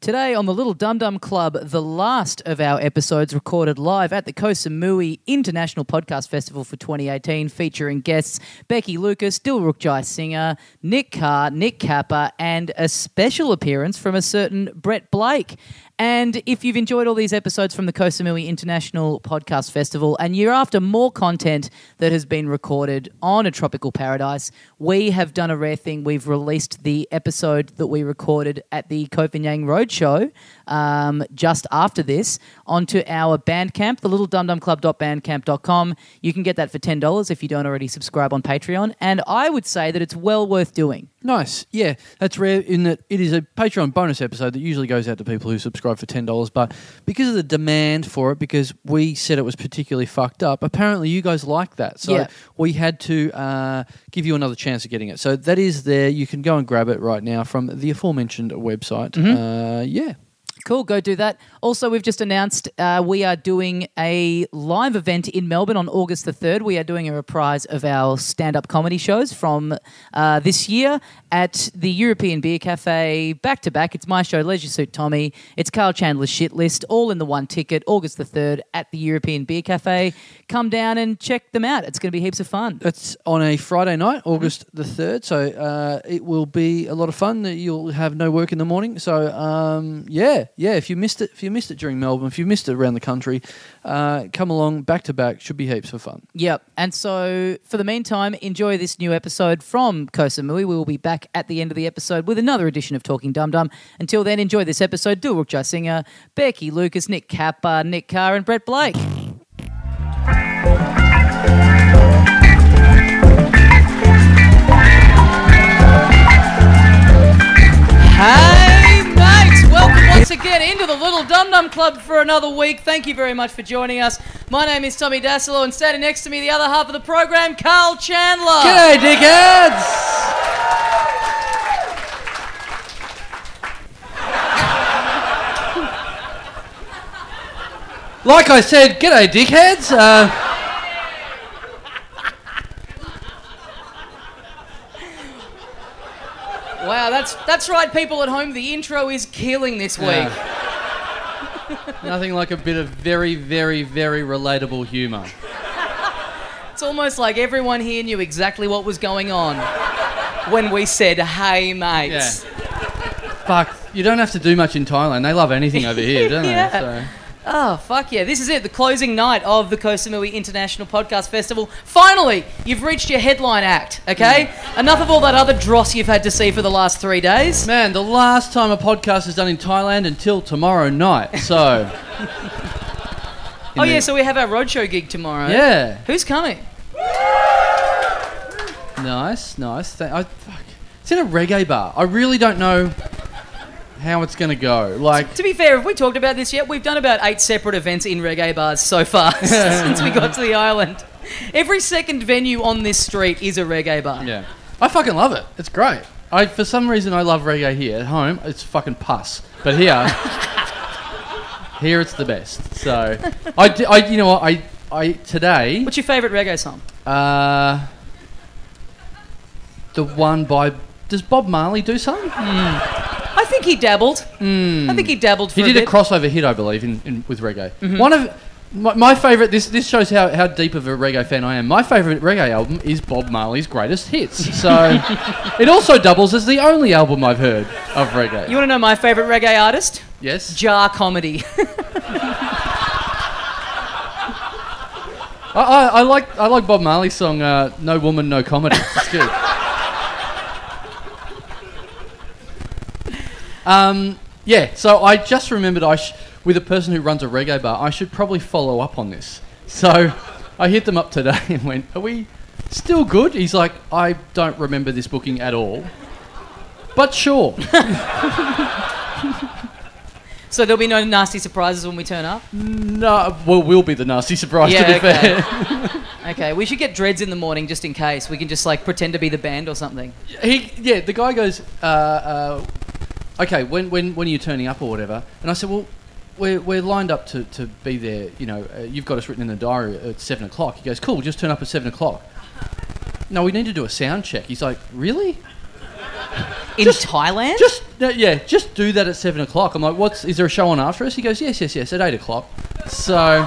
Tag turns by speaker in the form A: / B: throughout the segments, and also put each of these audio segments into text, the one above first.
A: Today on the Little Dum Dum Club, the last of our episodes recorded live at the Kosamui International Podcast Festival for 2018, featuring guests Becky Lucas, Dilruk Jai Singer, Nick Carr, Nick Kappa, and a special appearance from a certain Brett Blake. And if you've enjoyed all these episodes from the Kosamui International Podcast Festival and you're after more content that has been recorded on a tropical paradise, we have done a rare thing. We've released the episode that we recorded at the Copenhagen Roadshow um, just after this onto our Bandcamp, the little dumdumclub.bandcamp.com. You can get that for $10 if you don't already subscribe on Patreon. And I would say that it's well worth doing.
B: Nice. Yeah, that's rare in that it is a Patreon bonus episode that usually goes out to people who subscribe for $10. But because of the demand for it, because we said it was particularly fucked up, apparently you guys like that. So
A: Yeah.
B: we had to uh, give you another chance of getting it. So that is there. You can go and grab it right now from the aforementioned website. Uh, yeah.
A: Cool, go do that. Also, we've just announced uh, we are doing a live event in Melbourne on August the 3rd. We are doing a reprise of our stand up comedy shows from uh, this year at the European Beer Cafe, back to back. It's my show, Leisure Suit Tommy. It's Carl Chandler's Shit List, all in the one ticket, August the 3rd at the European Beer Cafe. Come down and check them out. It's going to be heaps of fun.
B: It's on a Friday night, August the 3rd. So uh, it will be a lot of fun. Uh, You'll have no work in the morning. So um, yeah, yeah. If you missed it, if you missed it during Melbourne, if you missed it around the country, uh, come along back to back. Should be heaps of fun.
A: Yep. And so, for the meantime, enjoy this new episode from Kosamui. We will be back at the end of the episode with another edition of Talking Dum Dum. Until then, enjoy this episode. Dilruk Jaisinger, Becky Lucas, Nick Kappa, Nick Carr, and Brett Blake. Hey, mates! Welcome once again into the Little Dum Dum Club for another week. Thank you very much for joining us. My name is Tommy Dasilo, and standing next to me, the other half of the program, Carl Chandler.
B: G'day, dickheads. Like I said, g'day, dickheads. Uh,
A: Wow, that's that's right, people at home. The intro is killing this week.
B: Nothing like a bit of very, very, very relatable humour.
A: It's almost like everyone here knew exactly what was going on when we said, "Hey, mates."
B: Fuck, you don't have to do much in Thailand. They love anything over here, don't
A: Yeah.
B: they?
A: Oh, fuck yeah. This is it, the closing night of the Kosamui International Podcast Festival. Finally, you've reached your headline act, okay?
B: Mm.
A: Enough of all that other dross you've had to see for the last three days.
B: So, man, the last time a podcast is done in Thailand until tomorrow night. So,
A: Oh, yeah, so we have our roadshow gig tomorrow.
B: yeah,
A: Who's coming?
B: nice, nice. Th- I, fuck. It's in a reggae bar. I really don't know how it's gonna go. Like,
A: To be fair, have we talked about this yet? We've done about eight separate events in reggae bars so far since we got to the island. Every second venue on this street is a reggae bar.
B: yeah, I fucking love it. It's great. I, for some reason, I love reggae here. At home, it's fucking puss, but here, here it's the best. So, I, di- I you know what, I, I today.
A: What's your favourite reggae song?
B: Uh, the one by does Bob Marley do some?
A: I think he dabbled. I think he dabbled for
B: Hmm. He
A: a
B: did a
A: bit. Mm-hmm.
B: crossover hit, I believe, in, in with reggae. One of my, my favorite. This this shows how, how deep of a reggae fan I am. My favorite reggae album is Bob Marley's greatest hits. So it also doubles as the only album I've heard of reggae.
A: you want to know my favourite reggae artist?
B: yes,
A: Jar Comedy.
B: I, I, I like I like Bob Marley's song uh, "No Woman, No Comedy." It's good. um, yeah. So I just remembered I sh- with a person who runs a reggae bar, I should probably follow up on this. So I hit them up today and went, "Are we still good?" He's like, "I don't remember this booking at all." But sure.
A: so there'll be no nasty surprises when we turn up.
B: no, well, we'll be the nasty surprise to
A: Yeah,
B: be
A: okay.
B: fair.
A: Okay, we should get dreads in the morning just in case. We can just like pretend to be the band or something.
B: he yeah the guy goes uh, uh, okay when, when when are you turning up or whatever and i said well we're, we're lined up to, to be there you know uh, you've got us written in the diary at seven o'clock he goes cool just turn up at seven o'clock no we need to do a sound check he's like really
A: in
B: Just-
A: Thailand.
B: Just no, yeah, just do that at seven o'clock. I'm like, what's is there a show on after us? He goes, yes, yes, yes, at eight o'clock. So,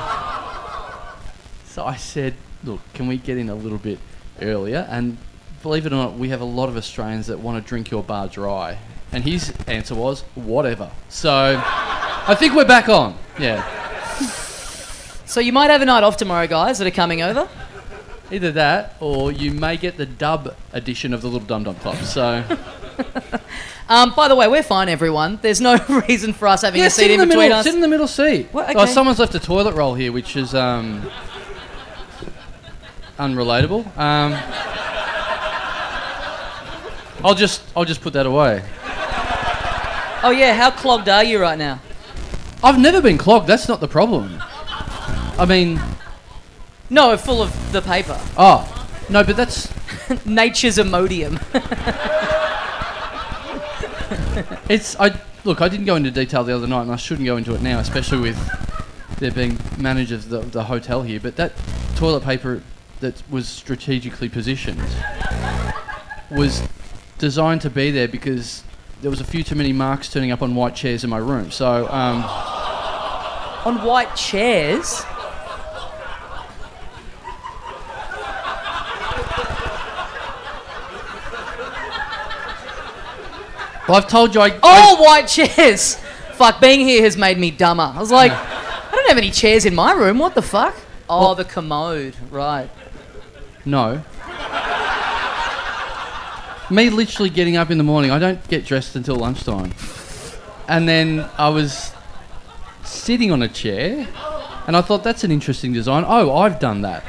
B: so I said, look, can we get in a little bit earlier? And believe it or not, we have a lot of Australians that want to drink your bar dry. And his answer was, whatever. So, I think we're back on. Yeah,
A: so you might have a night off tomorrow, guys that are coming over.
B: either that or you may get the dub edition of the Little Dum Dum Club. So,
A: Um, by the way, we're fine, everyone. There's no reason for us having
B: yeah,
A: a seat
B: sit in
A: in
B: the
A: between
B: middle.
A: us.
B: Sit in the middle seat.
A: Well,
B: Oh,
A: okay.
B: someone's left a toilet roll here, which is um, unrelatable. Um, I'll just I'll just put that away.
A: Oh yeah, how clogged are you right now?
B: I've never been clogged. That's not the problem. I mean,
A: No, full of the paper.
B: oh no, but that's
A: Nature's Imodium.
B: it's I look. I didn't go into detail the other night, and I shouldn't go into it now, especially with there being managers of the, the hotel here. But that toilet paper that was strategically positioned was designed to be there because there was a few too many marks turning up on white chairs in my room. So um,
A: On white chairs.
B: well, I've told you I. I-
A: All white chairs. Fuck, being here has made me dumber. I was like, I don't have any chairs in my room. What the fuck? Oh, the commode. Right.
B: No. Me literally getting up in the morning, I don't get dressed until lunchtime. And then I was sitting on a chair and I thought that's an interesting design. Oh, I've done that.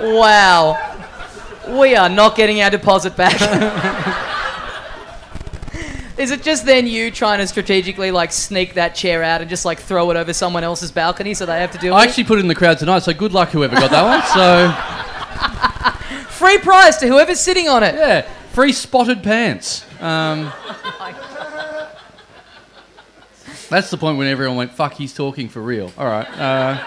A: Wow. We are not getting our deposit back. Is it just then you trying to strategically like sneak that chair out and just like throw it over someone else's balcony so they have to deal with
B: I actually put it in the crowd tonight, so good luck whoever got that one. So,
A: it? Free prize to whoever's sitting on it.
B: yeah, free spotted pants. Um, that's the point when everyone went, fuck, he's talking for real. All right. Uh,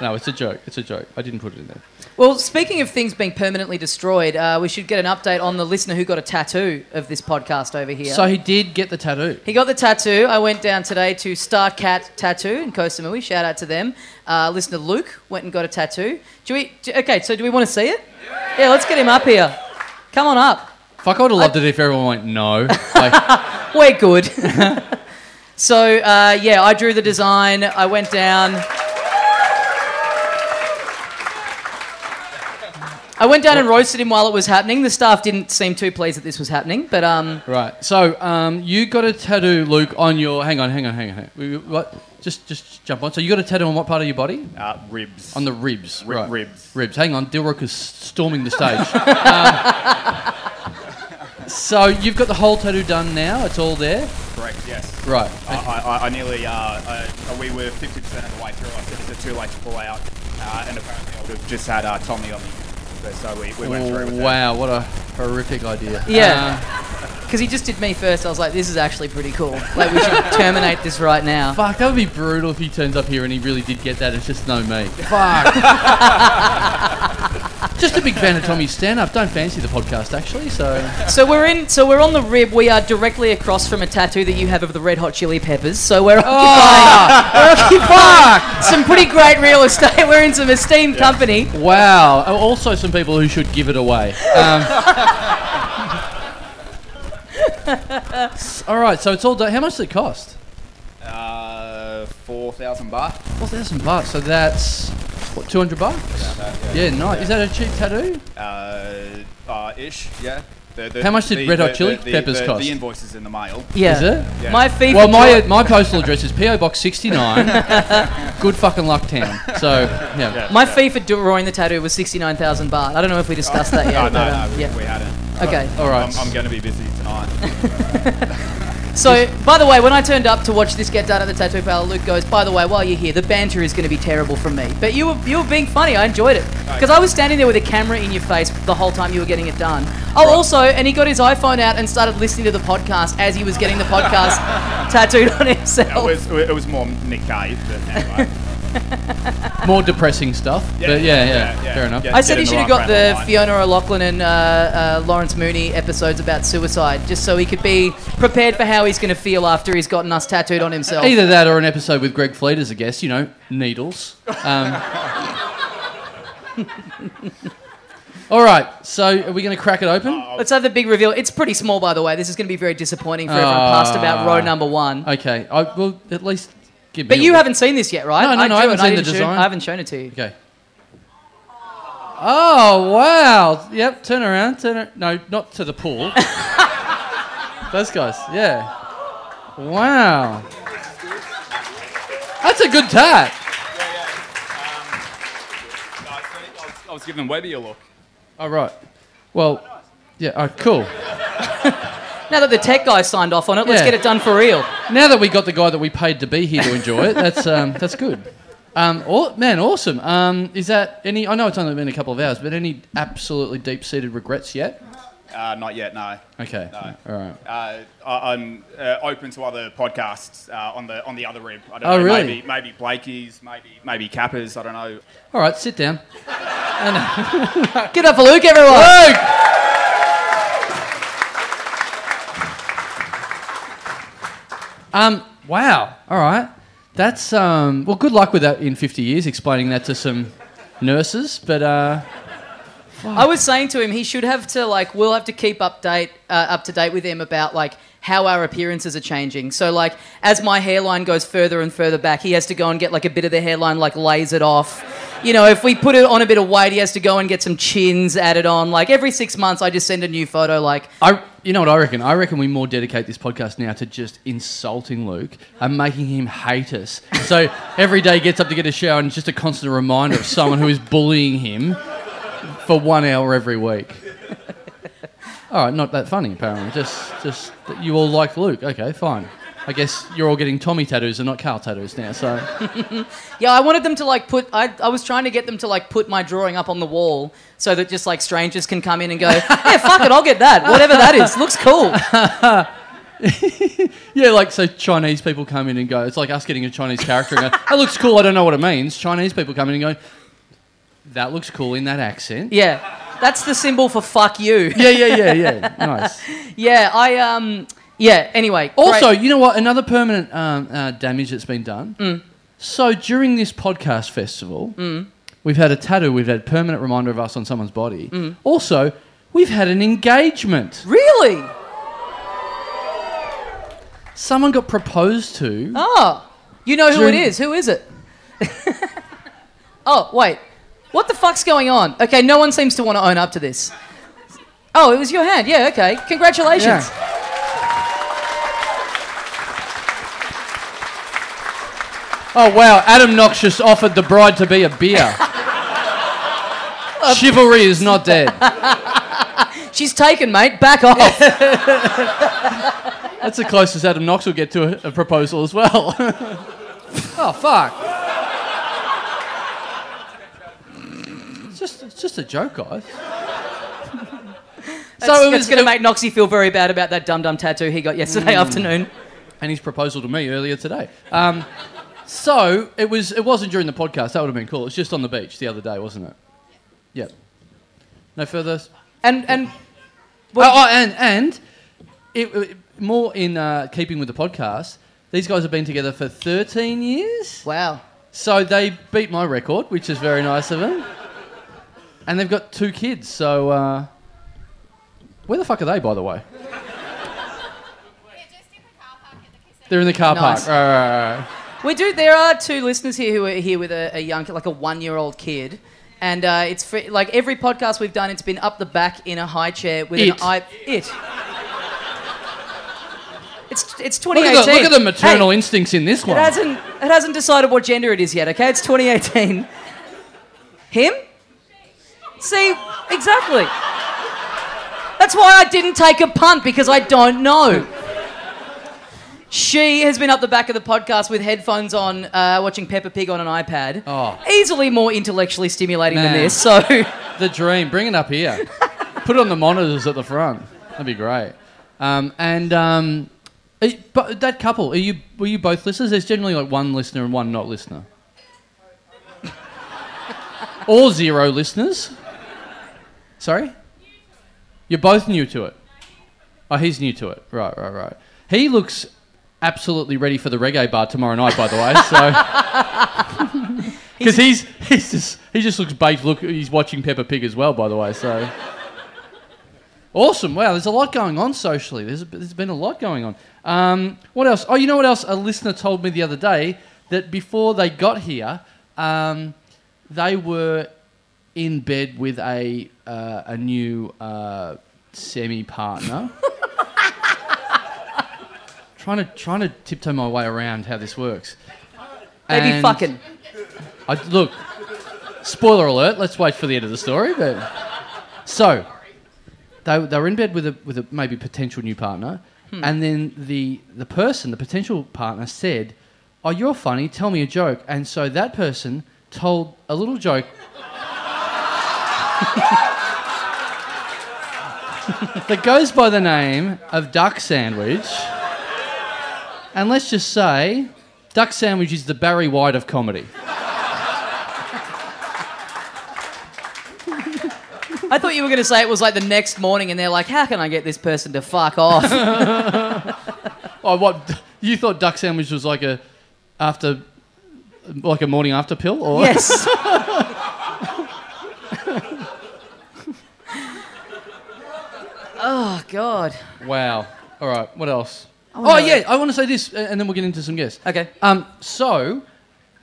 B: no, it's a joke. It's a joke. I didn't put it in there.
A: Well, speaking of things being permanently destroyed, uh, we should get an update on the listener who got a tattoo of this podcast over here.
B: So he did get the tattoo.
A: He got the tattoo. I went down today to Star Cat Tattoo in Koh Samui. Shout out to them. Uh, listener Luke went and got a tattoo. Do we? Do, okay, so do we want to see it? Yeah, let's get him up here. Come on up.
B: Fuck, I would have loved it if everyone went no. Like,
A: We're good. so uh, yeah, I drew the design. I went down. I went down and roasted him while it was happening. The staff didn't seem too pleased that this was happening, but um,
B: right. So, um, you got a tattoo, Luke, on your. Hang on, hang on, hang on. Hang on. We- we- What? Just, just jump on. So you got a tattoo on what part of your body?
C: Uh, ribs.
B: On the ribs.
C: Ri-
B: right.
C: ribs.
B: Ribs. Hang on. Dilrook is storming the stage. um, so you've got the whole tattoo done now. It's all there.
C: correct, yes.
B: Right.
C: I, I, I- I nearly, uh, uh, we were 50% of the way through. I said, is it too late to pull out? Uh, and apparently I would have just had uh, Tommy on me. But, so we, we went through with that.
B: wow, what a horrific idea.
A: Yeah.
B: Uh,
A: because he just did me first, I was like, this is actually pretty cool. Like we should terminate this right now.
B: Fuck, that would be brutal if he turns up here and he really did get that. It's just no me. Fuck. just a big fan of Tommy's stand up. Don't fancy the podcast, actually. So,
A: So we're in. So we're on the rib. We are directly across from a tattoo that you have of the Red Hot Chili Peppers. So we're
B: Ah!
A: occupying, we're occupying some pretty great real estate. We're in some esteemed company.
B: wow. Oh, Also, some people who should give it away. Um, s- all right, so it's all done. How much does it cost?
C: Uh, 4,000 baht.
B: 4,000 baht. So that's, what, 200 bucks? Yeah, nice. Is that a cheap tattoo?
C: Uh, uh, ish, yeah. The- the-
B: How much did
C: the-
B: Red Hot
C: the-
B: Chili
C: the- the-
B: Peppers
C: the,
B: cost?
C: The invoice is in the mail.
A: Yeah.
B: Is it?
C: Yeah.
A: My fee.
B: Well,
A: for
B: my,
A: George-
B: my postal address is PO Box 69, Good Fucking Luck Town. So, yeah.
C: Yeah.
A: my fee for drawing the tattoo was sixty nine thousand baht. I don't know if we discussed that yet.
C: Oh,
A: but,
C: no,
A: um,
C: no, we,
A: yeah.
C: we hadn't.
A: Okay.
B: All right.
C: I'm, I'm going to be busy tonight.
A: So, by the way, when I turned up to watch this get done at the Tattoo Parlor, Luke goes, "By the way, while you're here, the banter is going to be terrible from me." But you were you were being funny. I enjoyed it because I was standing there with a camera in your face the whole time you were getting it done. Oh, also, and he got his iPhone out and started listening to the podcast as he was getting the podcast tattooed on
C: It
A: himself.
C: was, it was more Nick Cave, but anyway.
B: More depressing stuff. but yeah, yeah, fair enough.
A: I said
C: Get
A: you
C: in
A: should have
C: right
A: got
C: frame of
A: the
C: mind.
A: Fiona O'Loughlin and uh, uh, Lawrence Mooney episodes about suicide, just so he could be prepared for how he's going to feel after he's gotten us tattooed on himself.
B: Either that or an episode with Greg Fleet as a guest, you know, needles. Um, all right, so are we going to crack it open?
A: Let's have the big reveal. It's pretty small, by the way. This is going to be very disappointing for everyone past about row number one.
B: Ah. Okay, I will at least give me
A: but
B: a
A: you
B: look.
A: haven't seen this yet, right?
B: No, no, no, I
A: drew it.
B: haven't seen the
A: didn't show-
B: design.
A: I haven't shown it to you.
B: Okay. Oh, wow. Yep, turn around. Turn ar- No, not to the pool. Those guys, yeah. Wow. That's a good tat.
C: No, I was- I was- I was giving Webby a look.
B: All right. Well, yeah, oh, cool.
A: Now that the tech guy signed off on it, let's
B: Yeah.
A: get it done for real.
B: Now that we got the guy that we paid to be here to enjoy it, that's um, that's good. Um, aw- man, awesome. Um, is that any? I know it's only been a couple of hours, but any absolutely deep-seated regrets yet?
C: Uh, not yet, no.
B: Okay.
C: No.
B: All right.
C: Uh, I- I'm uh, open to other podcasts uh, on the on the other rib. I don't
B: Oh,
C: know,
B: really?
C: Maybe, maybe Blakey's, maybe maybe Kappa's. I don't know.
B: All right. Sit down.
A: Get up for Luke, everyone.
B: Luke. Um. Wow. All right. That's um. Well, good luck with that in 50 years. Explaining that to some nurses, but uh.
A: I was saying to him, he should have to like. We'll have to keep update uh, up to date with him about like how our appearances are changing. So like, as my hairline goes further and further back, he has to go and get like a bit of the hairline like lasered off. You know, if we put it on a bit of weight, he has to go and get some chins added on. Like every six months, I just send a new photo. Like,
B: I, you know what I reckon? I reckon we more dedicate this podcast now to just insulting Luke and making him hate us. So every day he gets up to get a shower and it's just a constant reminder of someone who is bullying him for one hour every week. All right, not that funny apparently. Just, just that you all like Luke. Okay, fine. I guess you're all getting Tommy tattoos and not Carl tattoos now. So
A: yeah, I wanted them to like put. I, I was trying to get them to like put my drawing up on the wall so that just like strangers can come in and go, yeah, fuck it, I'll get that, whatever that is, looks cool.
B: yeah, like so Chinese people come in and go. It's like us getting a Chinese character and go, that looks cool. I don't know what it means. Chinese people come in and go, that looks cool in that accent.
A: Yeah, that's the symbol for fuck you.
B: yeah, yeah, yeah, yeah. Nice.
A: Yeah, I um. Yeah. Anyway.
B: Also,
A: great- Mm.
B: you know what? Another permanent um, uh, damage that's been done. So during this podcast festival, we've had a tattoo. We've had permanent reminder of us on someone's body.
A: Mm.
B: Also, we've had an engagement.
A: really?
B: Someone got proposed to.
A: Oh, you know who it
B: During-
A: is? Who is it? oh wait, what the fuck's going on? Okay, no one seems to want to own up to this. Oh, it was your hand. Yeah. Okay. Congratulations.
B: Yeah. Oh wow! Adam Noxious offered the bride to be a beer. Chivalry is not dead.
A: She's taken, mate. Back off.
B: That's the closest Adam Knox will get to a, a proposal as well. oh fuck! It's just, it's just a joke, guys.
A: so
B: it
A: it's
B: was- Mm.
A: going to
B: it-
A: make Noxie feel very bad about that dum dum tattoo he got yesterday afternoon.
B: And his proposal to me earlier today. Um, so it was, it wasn't during the podcast. That would have been cool. It's just on the beach the other day, wasn't it? Yep. No further.
A: And and
B: oh, oh, and and it, it- more in uh, keeping with the podcast. These guys have been together for 13 years.
A: wow.
B: So they beat my record, which is very nice of them. And they've got two kids, so uh, where the fuck are they, by the way? They're in the car
A: Nice.
B: park. Right, right, right, right.
A: We do. There are two listeners here who are here with a, a young, like a one-year-old kid, and uh, it's free, like every podcast we've done, it's been up the back in a high chair with an
B: It.
A: eye. It. It's it's
B: Look,
A: 2018.
B: at the, look at the maternal
A: Hey,
B: instincts in this
A: it
B: one.
A: hasn't it hasn't decided what gender it is yet. Okay, it's 2018. Him. See, exactly. That's why I didn't take a punt because I don't know. She has been up the back of the podcast with headphones on, uh, watching Peppa Pig on an iPad.
B: Oh.
A: Easily more intellectually stimulating than
B: Man.
A: this. So,
B: The dream. Bring it up here. Put it on the monitors at the front. That'd be great. Um, and um, it- but that couple, are you were you both listeners? There's generally like one listener and one not listener. or zero listeners. Sorry? You're both new to it. Oh, he's new to it. Right, right, right. He looks absolutely ready for the reggae bar tomorrow night, by the way. So, because he's he's just he just looks baked. Look, he's watching Peppa Pig as well, by the way. So, awesome. Wow, there's a lot going on socially. There's there's been a lot going on. Um, what else? Oh, you know what else? A listener told me the other day that before they got here, um, they were in bed with a uh, a new uh, semi partner. trying to trying to tiptoe my way around how this works.
A: They be
B: And
A: fucking.
B: I, look, spoiler alert. Let's wait for the end of the story. But so they they were in bed with a with a maybe potential new partner, and then the the person, the potential partner, said, "Oh, you're funny. Tell me a joke." And so that person told a little joke. that goes by the name of duck sandwich. And let's just say, duck sandwich is the Barry White of comedy.
A: I thought you were going to say it was like the next morning, and they're like, "How can I get this person to fuck off?"
B: Oh, what you thought duck sandwich was like a after, like a morning after pill, or
A: yes. oh God.
B: wow. All right, what else?
A: wanna
B: Oh
A: know-
B: yeah, I want to say this, a- and then we'll get into some guests.
A: Okay.
B: Um, so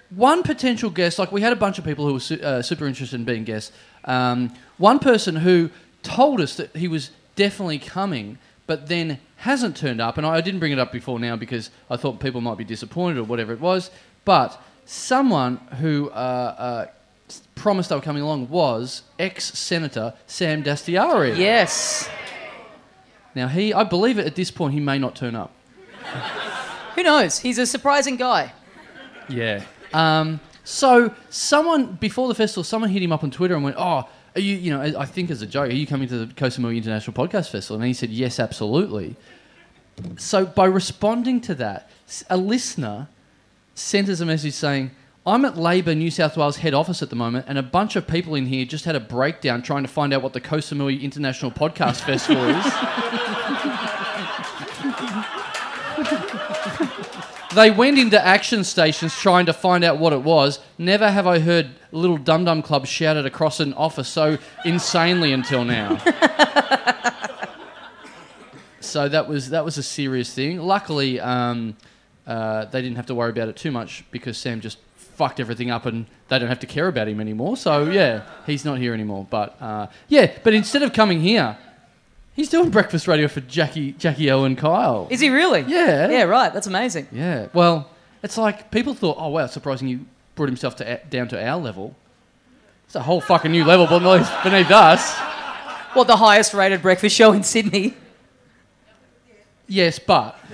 B: one potential guest, like we had a bunch of people who were su- uh, super interested in being guests. Um, one person who told us that he was definitely coming, but then hasn't turned up, and I, I didn't bring it up before now because I thought people might be disappointed or whatever it was. But someone who uh, uh, s- promised they were coming along was ex-senator Sam Dastiari.
A: Yes.
B: Now he, I believe at this point he may not turn up.
A: Who knows? He's a surprising guy.
B: Yeah. Um, so someone before the festival, someone hit him up on Twitter and went, "Oh, are you? You know, I I think as a joke, are you coming to the Kosamui International Podcast Festival?" And he said, "Yes, absolutely." So by responding to that, s- a listener sent us a message saying. I'm at Labor New South Wales head office at the moment, and a bunch of people in here just had a breakdown trying to find out what the Kosamui International Podcast Festival is. They went into action stations trying to find out what it was. Never have I heard Little Dum Dum Club shouted across an office so insanely until now. so that was that was a serious thing. Luckily, um, uh, they didn't have to worry about it too much because Sam just fucked everything up and they don't have to care about him anymore. So yeah, he's not here anymore. But uh, yeah, but instead of coming here, he's doing breakfast radio for Jackie Jackie O and Kyle.
A: Is he really?
B: Yeah.
A: Yeah. Right. That's amazing.
B: Yeah. Well, it's like people thought, oh wow, surprising he brought himself to down to our level. It's a whole fucking new level beneath, beneath us.
A: What the highest rated breakfast show in Sydney?
B: Yes, but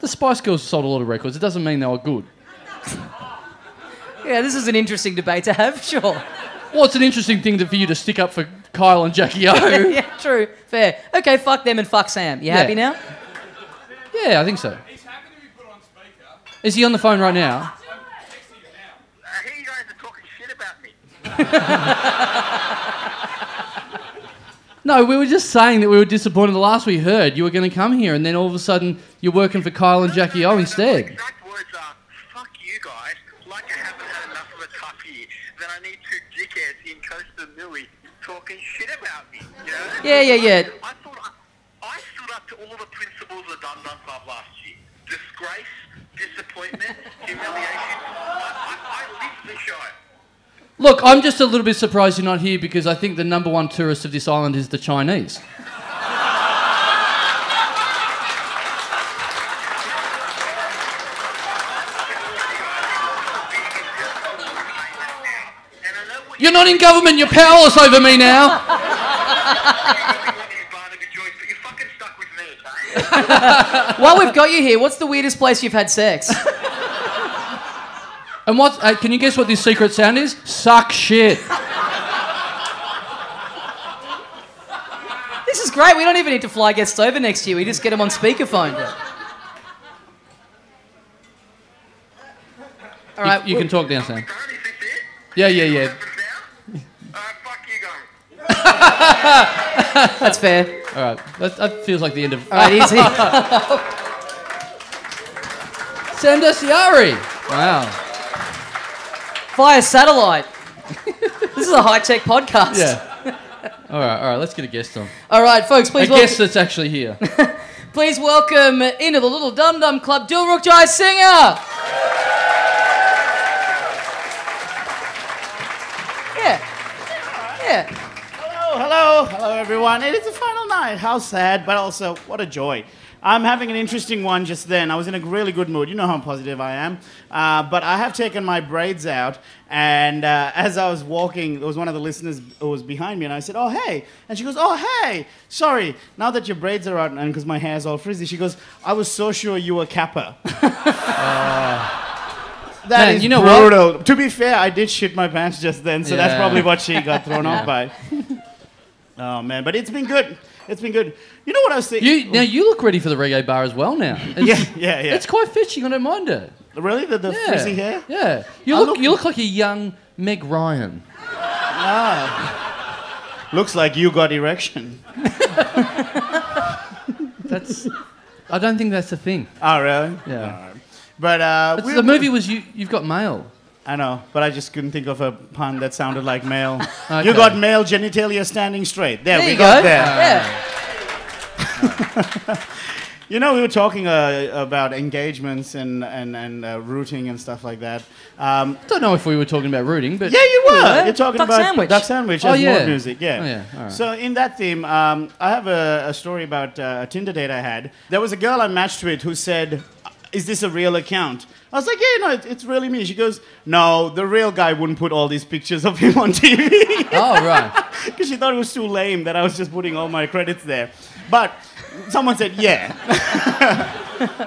B: the Spice Girls sold a lot of records. It doesn't mean they were good.
A: Yeah. This is an interesting debate to have. Sure.
B: Well, it's an interesting thing to, for you to stick up for Kyle and Jackie O.
A: yeah. True. Fair. Okay. Fuck them and fuck Sam. You
B: Yeah.
A: happy now?
B: yeah, I think so. Is he on the phone right now?
D: I hear you guys are talking shit about me.
B: No, we were just saying that we were disappointed the last we heard you were going to come here, and then all of a sudden you're working for Kyle and Jackie
A: oh,
B: O
D: The
B: instead.
D: exact words are, fuck you guys, like I haven't had enough of a tough year, then I need two dickheads in Costa Mui talking shit about me, you know?
A: Yeah, yeah, yeah.
D: I thought I, I stood up to all the principles of Dum Dum Club last year. Disgrace, disappointment, humiliation. I, I, I lived the show.
B: Look, I'm just a little bit surprised you're not here because I think the number one tourist of this island is the Chinese.
D: And I know what
B: You're not in government, you're powerless over me now.
D: you want you Barnaby Joyce, but you're fucking stuck with me, okay?
A: While we've got you here, what's the weirdest place you've had sex?
B: And what, uh, can you guess what this secret sound is? Suck shit.
A: this is great. We don't even need to fly guests over next year. We just get them on speakerphone. All right.
B: you, you can
A: well-
B: talk now, Sam.
D: Barnaby, is this it?
B: Yeah, yeah, yeah.
D: Happens now? Alright, Uh, fuck you guys.
A: That's fair.
B: All right. That, that feels like the end of.
A: All right, easy.
B: Sam Desiari. Wow.
A: Via satellite. this is a high tech podcast.
B: Yeah. All right. All right. Let's get a guest on.
A: All right, folks,
B: A
A: please, wel-
B: guest that's actually here.
A: please welcome into the Little Dum Dum Club, Dilruk Jai Singer. Yeah. Yeah.
E: Hello, hello, hello, everyone. It is the final night. How sad, but also what a joy. I'm having an interesting one just then. I was in a really good mood. You know how positive I am. Uh, but I have taken my braids out, and uh, as I was walking, there was one of the listeners who was behind me, and I said, Oh, hey. And she goes, Oh, hey. Sorry, now that your braids are out, and because my hair's all frizzy, she goes, I was so sure you were Kappa. That
B: Uh, Man,
E: is
B: you know what?
E: brutal. To be fair, I did shit my pants just then, so that's
B: Yeah.
E: probably what she got thrown
B: Yeah.
E: off by. Oh man, but it's been good. It's been good. You know what I was thinking?
B: You now you look ready for the reggae bar as well now. It's,
E: yeah, yeah, yeah.
B: It's quite fetching. I don't mind it.
E: really the, the
B: Yeah.
E: frizzy hair?
B: Yeah. You
E: I
B: look,
E: look-
B: you look like a young Meg Ryan.
E: Looks like you got erection.
B: That's. I don't think that's the thing.
E: Oh really?
B: Yeah.
E: Alright. But uh,
B: It's-
E: we-
B: the movie was you. You've got mail.
E: I know, but I just couldn't think of a pun that sounded like male.
B: Okay.
E: You got male genitalia standing straight. There,
A: There
E: we
A: you
E: got Ah.
A: go.
E: there.
A: Yeah.
E: You know, we were talking uh, about engagements and and and uh, rooting and stuff like that. Um,
B: I don't know if we were talking about rooting, but
E: Yeah, you were.
A: were.
E: You're talking
A: Duck
E: about
A: sandwich.
E: duck sandwich
B: Oh,
E: as
B: yeah.
E: more music. Yeah.
B: Oh, yeah. All right.
E: So in that theme, um, I have a, a story about uh, a Tinder date I had. There was a girl I matched with who said, "Uh, "Is this a real account?" I was like, "Yeah, no, it, it's really me." She goes, "No, the real guy wouldn't put all these pictures of him on TV."
B: Oh right.
E: because she thought it was too lame that I was just putting all my credits there. But someone said, yeah.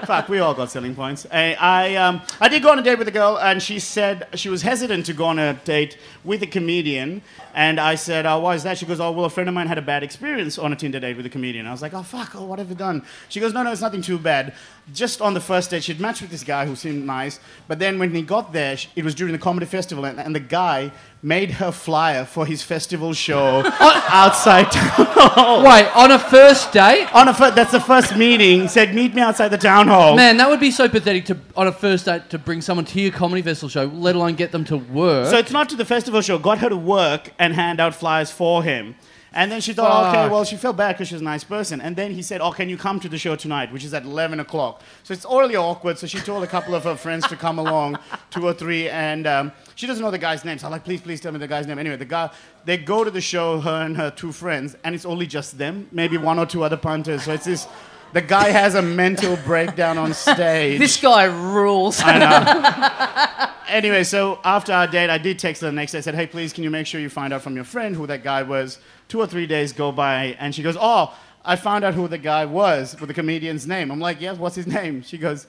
E: Fuck, we all got selling points. I, I, um, I did go on a date with a girl, and she said she was hesitant to go on a date with a comedian. And I said, oh, why is that? She goes, oh, well, a friend of mine had a bad experience on a Tinder date with a comedian. I was like, oh, fuck, oh, what have you done? She goes, no, no, it's nothing too bad. Just on the first date, she'd matched with this guy who seemed nice. But then when he got there, sh- it was during the comedy festival, and, and the guy made her flyer for his festival show outside town.
B: Wait, on a first date. Oh,
E: On a fir- that's the first meeting. Said, meet me outside the town hall.
B: Man, that would be so pathetic to on a first date to bring someone to your comedy festival show, let alone get them to work.
E: So it's not to the festival show. Got her to work and hand out flyers for him. And then she thought, okay,
B: Fuck.
E: well, she felt bad because she was a nice person. And then he said, oh, can you come to the show tonight, which is at 11 o'clock. So it's already awkward. So she told a couple of her friends to come along, two or three. And um, she doesn't know the guy's name. So I'm like, please, please tell me the guy's name. Anyway, the guy, they go to the show, her and her two friends, and it's only just them, maybe one or two other punters. So it's this, the guy has a mental breakdown on stage.
A: This guy rules.
E: Ah. uh, Anyway, so after our date, I did text her the next day. I said, "Hey, please, can you make sure you find out from your friend who that guy was?" Two or three days go by, and she goes, "Oh, I found out who the guy was with the comedian's name." I'm like, "Yes, what's his name?" She goes,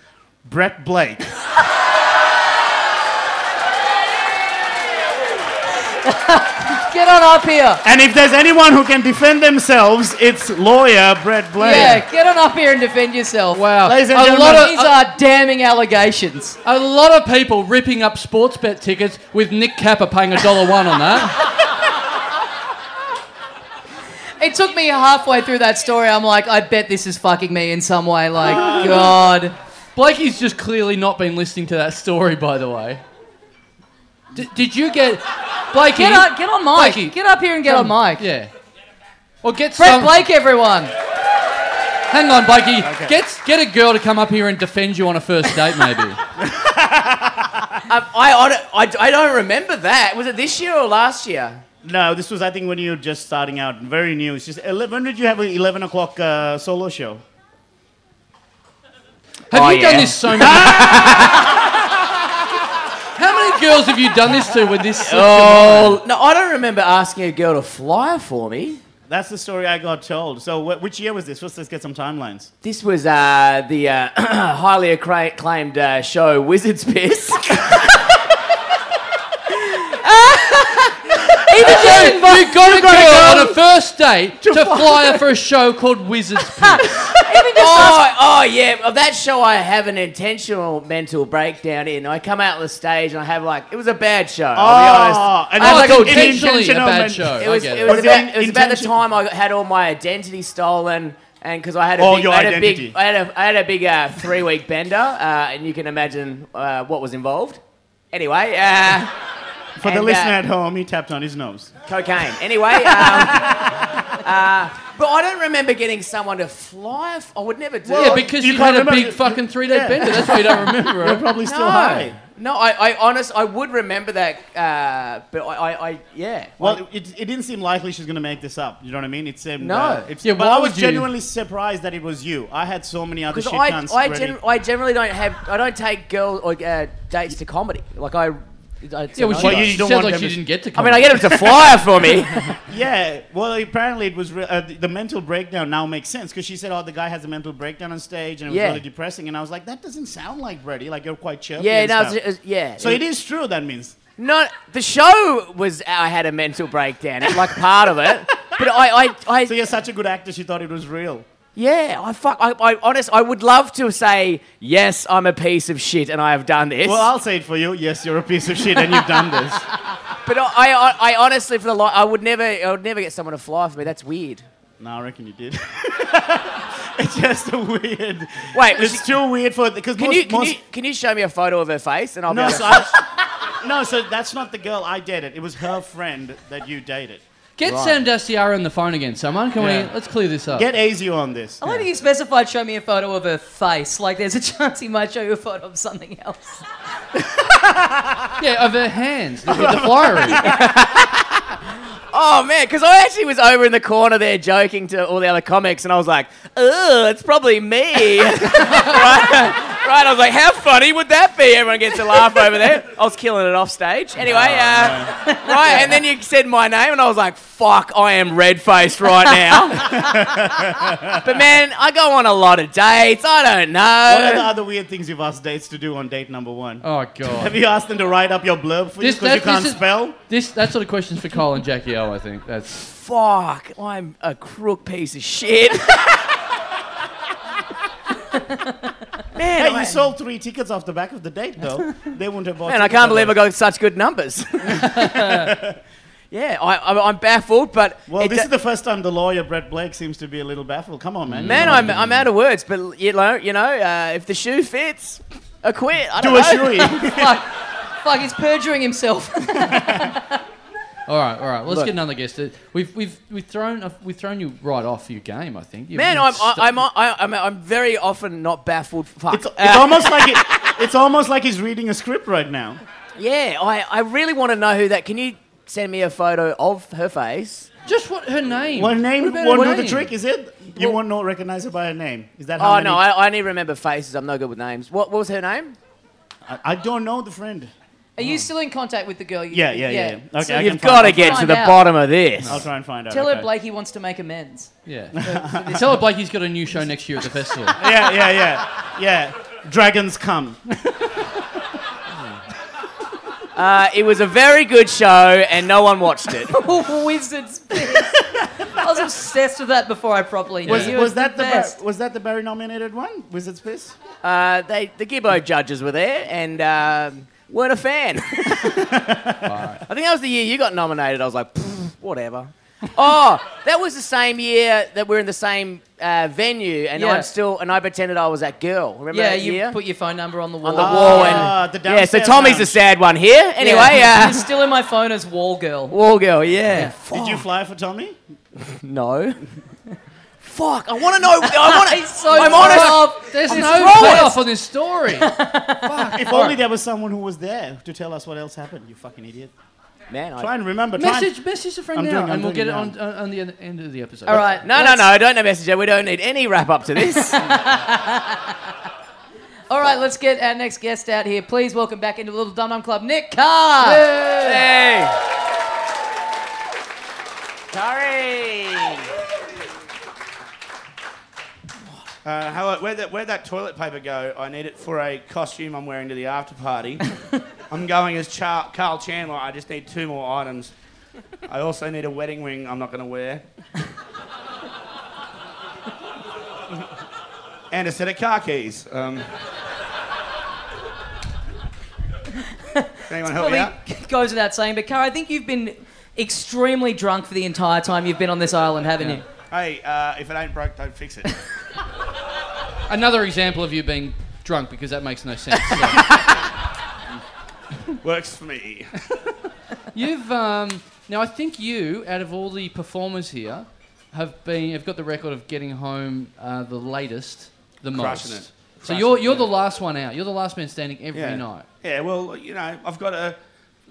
E: "Brett Blake."
A: Get on up here.
E: And if there's anyone who can defend themselves, it's lawyer Brett Blake.
A: Yeah, get on up here and defend yourself.
B: wow.
E: Oh, Ladies and
B: a
E: gentlemen- uh,
B: lot of
A: These are damning allegations.
B: A lot of people ripping up sports bet tickets with Nick Capper paying a dollar one on that.
A: It took me halfway through that story. I'm like, I bet this is fucking me in some way. Like,
E: Ah.
A: God.
B: Blakey's just clearly not been listening to that story, by the way. D- did you get Blakey?
A: Get on, get on mic.
B: Blakey.
A: Get up here and get
B: Come-
A: on mic.
B: Yeah. Or get
A: Brett
B: some.
A: Blake, everyone.
B: Hang on, Blakey. Get get a girl to come up here and defend you on a first date, maybe.
F: Um, I, hon- I, I don't remember that. Was it this year or last year?
E: No, this was I think when you were just starting out, very new. It's just 11, when did you have an 11 o'clock uh, solo show?
B: Have
F: Oh,
B: you done
F: yeah.
B: this so many? How many girls have you done this to with this? system?
F: Oh no, I don't remember asking a girl to fly for me.
E: That's the story I got told. So wh- which year was this? Let's, let's get some timelines.
F: This was uh, the uh, highly accra- acclaimed uh, show Wizard's Piss.
A: Even Jeremy
B: you,
A: involved.
B: you got a
E: gotta
B: girl
E: go
B: on a first date to
E: Jafar.
B: fly her for a show called Wizards Pit.
A: Even just
F: Oh, oh yeah. Of that show, I have an intentional mental breakdown in. I come out on the stage and I have like it was a bad show. I'll be honest.
E: and
F: I
E: it's
F: like
E: an
B: Oh, intentionally a
E: intentional
B: bad
E: men-
B: show.
F: It was,
B: I get
F: it
B: it.
F: was,
E: Was Oh, it
F: about, it was about the
E: intentional?
F: time I got- had all my identity stolen, and because I had a
E: Oh,
F: big,
E: your
F: I had a
E: identity.
F: big, I had a, I had a big uh, three week bender, uh, and you can imagine uh, what was involved. Anyway, uh,
E: For the
F: And, uh,
E: listener at home, he tapped on his nose.
F: cocaine. Anyway, um, uh, but I don't remember getting someone to fly. f- I would never do.
B: yeah,
F: it.
B: because
E: you
B: you,
E: can't
B: had a
E: remember-
B: big fucking three day bender. That's why you don't remember
E: You're
B: it.
E: probably still
F: no,
E: high.
F: no. I, I honest, I would remember that, uh, but I, I, I yeah.
E: Well, it, it didn't seem likely she's going to make this up. You know what I mean? It seemed
F: No.
E: uh, it's,
B: Yeah,
E: but
B: why
E: I was
B: would you?
E: genuinely surprised that it was you. I had so many other
F: Because
E: shit
F: I,
E: cunts
F: I,
E: ready.
F: gen- I generally don't have I don't take girl or uh, dates to comedy. Like I, I
B: Yeah, well,
E: Well,
B: she,
E: you
B: she
E: don't
B: sounds
E: want
B: like
E: them
B: she
E: to-
B: didn't get to
F: I
B: come.
F: mean, I get them to fly her for me.
E: Yeah, well, apparently it was re- uh, the the mental breakdown now makes sense because she said, "Oh, the guy has a mental breakdown on stage, and it was
F: Yeah.
E: really depressing." And I was like, "That doesn't sound like Brady. Like you're quite chirpy."
F: yeah,
E: and
F: no,
E: stuff."
F: it's, it's, yeah.
E: so it is true. That means
F: No, the show was I had a mental breakdown. It's like part of it. But I, I, I
E: so. You're such a good actor. She thought it was real.
F: yeah, I fuck. I, I honest, I would love to say yes. I'm a piece of shit, and I have done this.
E: Well, I'll say it for you. Yes, you're a piece of shit, and you've done this.
F: but I, I, I honestly, for the life, I would never, I would never get someone to fly for me. That's weird.
E: no, I reckon you did. it's just a weird.
F: Wait, was
E: It's too weird for because
F: Can
E: most,
F: you, can,
E: most
F: you, can you show me a photo of her face and I'll be
E: no,
F: able
E: so
F: to-
E: I, no, so that's not the girl I dated. It was her friend that you dated.
B: Get Sam Daciara on the phone again, someone. Can
E: Yeah.
B: we? Let's clear this up.
E: Get Azio on this.
A: I like that you specified show me a photo of her face. Like there's a chance he might show you a photo of something else.
B: yeah, of her hands with the flyer in.
F: Oh man, because I actually was over in the corner there joking to all the other comics, and I was like, "Ugh, it's probably me." right? right? I was like, "How funny would that be?" Everyone gets a laugh over there. I was killing it off stage. Anyway,
E: Oh,
F: uh, right, and then you said my name, and I was like, "Fuck, I am red faced right now." but man, I go on a lot of dates. I don't
E: What are the
F: know.
E: other weird things you've asked dates to do on date number one?
B: Oh
E: Have
B: god.
E: you asked them to write up your blurb for you
B: This-
E: because
B: that-
E: you can't
B: this is-
E: spell?
B: This that sort of question's for Cole and Jackie O. I think that's.
F: Fuck, I'm a crook piece of shit. Man,
E: Hey,
F: I-
E: you sold three tickets off the back of the date, though. they wouldn't have bought
F: Man, I can't believe I got such good numbers. yeah, I, I, I'm baffled, but
E: Well,
F: it
E: this
F: do-
E: is the first time the lawyer, Brett Blake, seems to be a little baffled. Come on, man.
F: man, I'm, I'm out of words. But you know, you know, uh, if the shoe fits, I quit. I
E: Do
F: don't
E: a
F: know.
E: shoey.
A: Fuck. Fuck, he's perjuring himself.
B: All right, all right. Let's get another guest. Uh, We've we've we've thrown off- we've thrown you right off your game. I think. You've-
F: Man,
B: you've
F: I'm, I,
B: stu-
F: I'm, I, I'm, I'm very often not baffled. Fuck.
E: It's, it's
F: Uh,
E: almost like it, it's almost like he's reading a script right now.
F: yeah, I, I really want to know who that. Can you send me a photo of her face?
B: Just what her name?
E: Well, her name
B: What about
E: won't
B: her
E: do the
B: name?
E: trick, is it? You
F: Well-
E: won't know, recognize her by her name. Is that how
F: Oh
E: many-
F: no, I, I only remember faces. I'm no good with names. What, what was her name?
E: I, I don't know the friend.
A: Are you still in contact with the girl? You
E: Yeah, yeah, yeah. yeah. Okay, I
A: you-
E: can
F: You've got to
E: find-
F: get to
A: Find
F: the
A: out.
F: bottom of this.
E: I'll try and find out.
A: Tell
E: okay.
A: her Blakey wants to make amends.
B: Yeah. Tell her Blake he's got a new show next year at the festival.
E: Yeah, yeah, yeah, yeah. Dragons come.
F: Uh, it was a very good show, and no one watched it.
A: Wizards. piss. I was obsessed with that before I properly knew.
E: Was,
A: It
E: was that the, Bar-
A: best?
E: was that the Barry nominated one? Wizard's Piss?
F: Uh, they, the Gibbo judges were there and um weren't a fan. I think that was the year you got nominated. I was like, "Pfft, whatever. oh, that was the same year that we're in the same uh, venue, and
A: Yeah.
F: I'm still, and I pretended I was that girl. Remember
A: yeah,
F: that
A: you
F: year?
A: put your phone number on the wall.
F: on the wall,
E: Ah,
F: and
E: the
F: yeah. So
E: downstairs
F: Tommy's
E: lounge.
F: a sad one here. Anyway,
A: yeah.
F: uh,
A: She's still in my phone as Wall Girl.
F: wall girl. Yeah.
E: Did
F: Fuck.
E: you fly for Tommy?
F: No. Fuck! I want to know. I want.
A: He's so
F: I'm honest.
A: soft.
B: There's
A: I'm
B: no
A: so
B: payoff
A: honest.
B: on this story.
E: If only there was someone who was there to tell us what else happened. You fucking idiot.
F: Man, I
E: Try and remember. Try and,
B: message message a friend
E: I'm
B: now,
E: doing- I'm
B: and we'll get
E: doing
B: it on,
E: it
B: on on the end of the episode.
A: All right.
F: No, no,
A: let's-
F: no, don't message her. We don't need any wrap up to this.
A: All right, let's get our next guest out here. Please welcome back into the Little Dum Dum Club, Nick Carr.
F: hey. Sorry.
G: Uh, hello, where'd that, where'd that toilet paper go? I need it for a costume I'm wearing to the after party. I'm going as Char- Carl Chandler. I just need two more items.
E: I also need a wedding ring I'm not going to wear. and a set of car keys. Um, can anyone help me out?
A: Probably goes without saying, but Car, I think you've been extremely drunk for the entire time you've been on this island, haven't you?
E: Hey, uh, if it ain't broke, don't fix it.
B: Another example of you being drunk because that makes no sense. So.
E: Works for me.
B: You've um, now I think you, out of all the performers here, have been have got the record of getting home uh, the latest, the most.
E: Crushing it.
B: So
E: Crushing
B: you're
E: it,
B: you're
E: yeah.
B: the last one out. You're the last man standing every
E: Yeah.
B: night.
E: Yeah, well, you know, I've got a,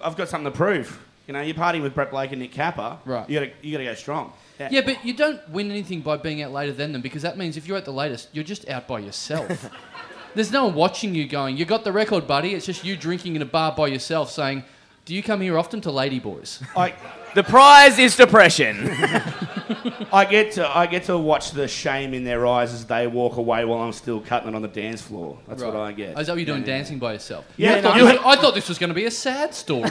E: I've got something to prove. You know, you're partying with Brett Blake and Nick Kappa.
B: Right.
E: You gotta, you gotta go strong. Yeah.
B: Yeah, but you don't win anything by being out later than them because that means if you're at the latest, you're just out by yourself. There's no one watching you going, You got the record, buddy. It's just you drinking in a bar by yourself saying, Do you come here often to Lady Boys?
E: I,
F: The prize is depression.
E: I get to, I get to watch the shame in their eyes as they walk away while I'm still cutting it on the dance floor. That's what I get.
B: Oh, Is that what you're doing dancing by yourself?
E: Yeah,
B: I, thought
E: no,
B: this-
E: you-
B: I thought this was going to be a sad story.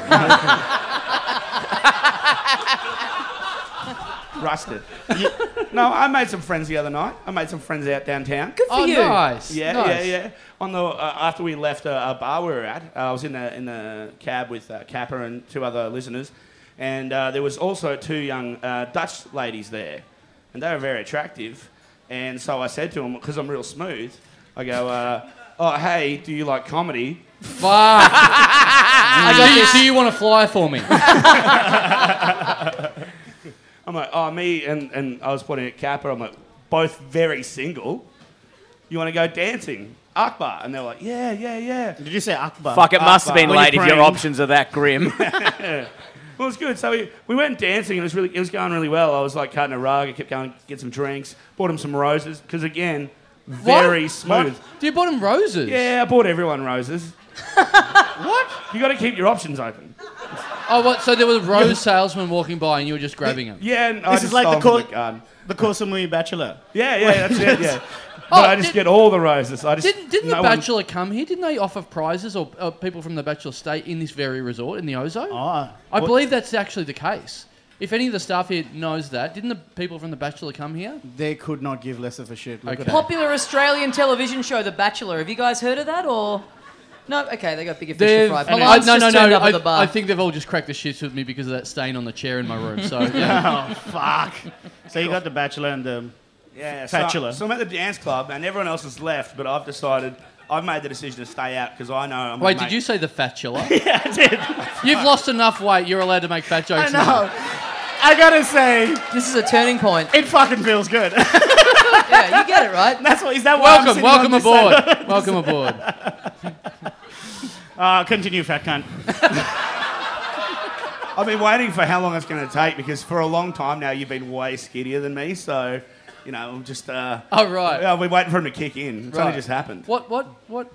E: Rusted. Yeah. no, I made some friends the other night. I made some friends out downtown.
A: Good for
B: oh,
A: you.
B: nice.
E: Yeah,
B: nice.
E: yeah, yeah. On the uh, after we left a, a bar we were at, uh, I was in the in the cab with uh, Kappa and two other listeners, and uh, there was also two young uh, Dutch ladies there, and they were very attractive, and so I said to them because I'm real smooth, I go, uh, "Oh hey, do you like comedy?"
B: Fuck. I got this. Do you want to fly for me?
E: I'm like, "Oh me," and and I was pointing at Kappa. I'm like, both very single. You want to go dancing? Akbar, and they're like, "Yeah, yeah, yeah."
H: Did you say Akbar?
F: Fuck, it must have been
H: When you're
F: late if your
H: praying.
F: options are that grim.
E: Well, it was good. So we, we went dancing, and it was really it was going really well. I was like cutting a rug. I kept going get some drinks. Bought him some roses because again, very
B: What?
E: smooth.
B: Do you bought him roses?
E: Yeah, I bought everyone roses. what? You got to keep your options open.
B: Oh, what? So there was rose salesman walking by, and you were just grabbing him.
E: Yeah, and I
H: This
E: just
H: is like the
E: stole 'em from
H: co-
E: the garden.
H: The Kosamui Bachelor.
E: Yeah, yeah, that's it. Yeah.
B: Oh,
E: But I just
B: did-
E: get all the roses. I just
B: Didn't, didn't
E: no
B: the
E: one-
B: Bachelor come here? Didn't they offer prizes or uh, people from the Bachelor stay in this very resort in the Ozone?
E: Ah.
H: Oh.
B: I believe that's actually the case. If any of the staff here knows that, didn't the people from the Bachelor come here?
H: They could not give less of a shit. Look
B: Okay.
H: at
A: Popular Australian television show, The Bachelor. Have you guys heard of that or? No, okay, they got bigger fish to
B: They've-
A: fry.
B: I-
A: Milan's
B: no,
A: just
B: no,
A: turned
B: no.
A: up
B: I,
A: at the bar.
B: I think they've all just cracked the shits with me because of that stain on the chair in my room. So yeah.
H: Fuck.
E: Oh,
H: So you got the Bachelor and the.
E: Yeah, so-
H: Bachelor.
E: So, I'm at the dance club, and everyone else has left, but I've decided I've made the decision to stay out because I know I'm.
B: wait,
E: gonna
B: did you say the fatula?
H: Yeah, I did.
B: You've lost enough weight. You're allowed to make fat
H: I
B: jokes. now.
H: know. I gotta say,
A: this is a turning point.
H: it fucking feels good.
A: Yeah, you get it right.
H: That's what is that. why I'm
B: Welcome,
H: sitting on
B: welcome
H: this side?
B: aboard. welcome aboard.
H: Uh, continue, fat cunt.
E: I've been waiting for how long it's going to take because for a long time now you've been way skinnier than me. So, you know, I'm just. Uh,
B: Oh right.
E: I've been waiting for him to kick in. It's only
B: Right.
E: just happened.
B: What? What? What?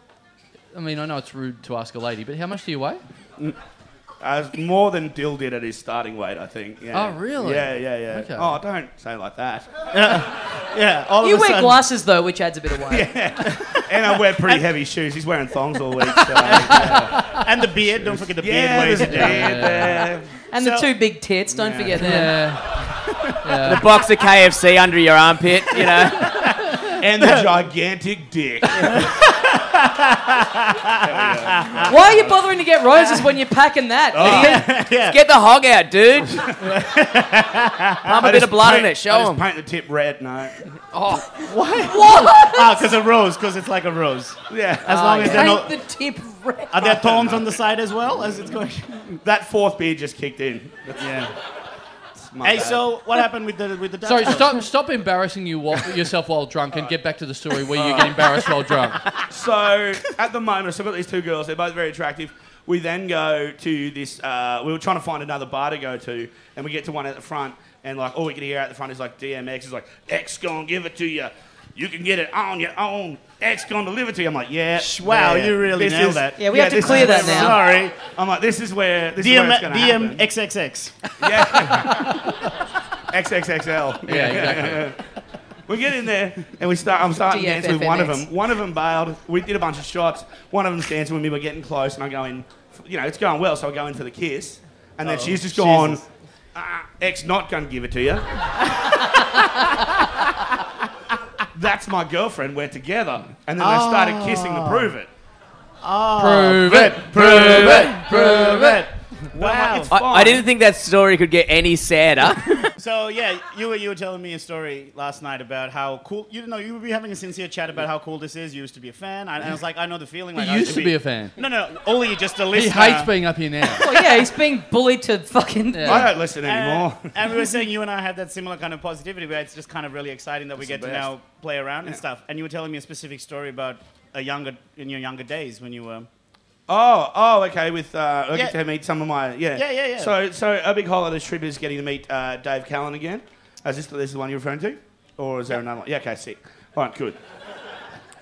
B: I mean, I know it's rude to ask a lady, but how much do you weigh?
E: Uh, more than Dill did at his starting weight, I think. Yeah.
B: Oh, really?
E: Yeah, yeah, yeah.
B: Okay.
E: Oh, don't say like that.
H: Yeah, all
A: You
H: of a
A: wear
H: sudden.
A: glasses though, which adds a bit of weight.
E: And I wear pretty heavy shoes. He's wearing thongs all week. So, yeah,
H: and the beard. Don't forget the beard. weighs
E: there's a
H: it
E: beard
H: down.
E: there.
A: And the two big tits, don't forget them.
B: Yeah.
F: the box of KFC under your armpit, you know.
E: And the gigantic dick.
A: Why are you bothering to get roses when you're packing that?
F: Get the hog out, dude. Pump a bit of blood in
E: Paint-
F: it.
E: I
F: Show
E: just
F: them.
E: paint the tip red, no.
A: What?
H: Ah, because a rose. Because it's like a rose.
E: Yeah.
H: As long as they're
A: Paint
H: not.
A: the tip red.
H: Are there thorns on the side as well as it's going?
E: That fourth beard just kicked in.
H: Yeah.
E: That's my
H: Hey,
E: bad.
H: so what happened with the with the?
B: Sorry.
H: Dutch
B: Stop. Stop embarrassing you while, yourself while drunk, and get back to the story where you get embarrassed while drunk.
E: So at the moment, so I've got these two girls. They're both very attractive. We then go to this. Uh, we were trying to find another bar to go to, and we get to one at the front, and like all we can hear out the front is like DMX is like X gonna give it to you. You can get it on your own. X gonna deliver it to you. I'm like, yeah.
H: Sh- wow,
E: yeah,
H: you really
E: this
H: nailed
E: is-
H: that.
A: Yeah, we have to
E: this is
A: clear that
E: where-
A: now.
H: Sorry.
E: I'm like, this is where this is where
H: DM
E: it's gonna happen.
H: DMXXX.
E: Yeah. XXXL.
B: Yeah. Exactly.
E: We get in there and we start. I'm starting dancing with one of them. One of them bailed. We did a bunch of shots. One of them's dancing with me. We're
B: Oh,
E: getting close, and I go in. You know, it's going well, so I go in for the kiss, and then she's just gone. uh, ex not gonna give it to you. That's my girlfriend. We're together, and then they started kissing to prove it.
H: Oh,
B: prove it, Oh. prove it, prove it.
H: Wow.
F: I, I didn't think that story could get any sadder.
H: So yeah, you were you were telling me a story last night about how cool you know you were having a sincere chat about how cool this is. You used to be a fan, and I was like, I know the feeling. Like
B: He
H: I
B: used to be a fan.
H: No, no, Oli just a
B: He
H: listener.
B: hates being up here now.
A: Well, yeah, he's being bullied to fucking.
E: I don't listen anymore.
H: And, and we were saying you and I had that similar kind of positivity where it's just kind of really exciting that we get
E: the
H: to
E: best.
H: now play around and stuff. And you were telling me a specific story about a younger in your younger days when you were.
E: Oh, oh, okay. With uh, I get
H: Yeah.
E: to meet some of my yeah,
H: Yeah, yeah, yeah.
E: So, so a big highlight of this trip is getting to meet uh, Dave Callan again. Is this, this the one you're referring to, or is there another one? Yeah, okay, sick. All right, good.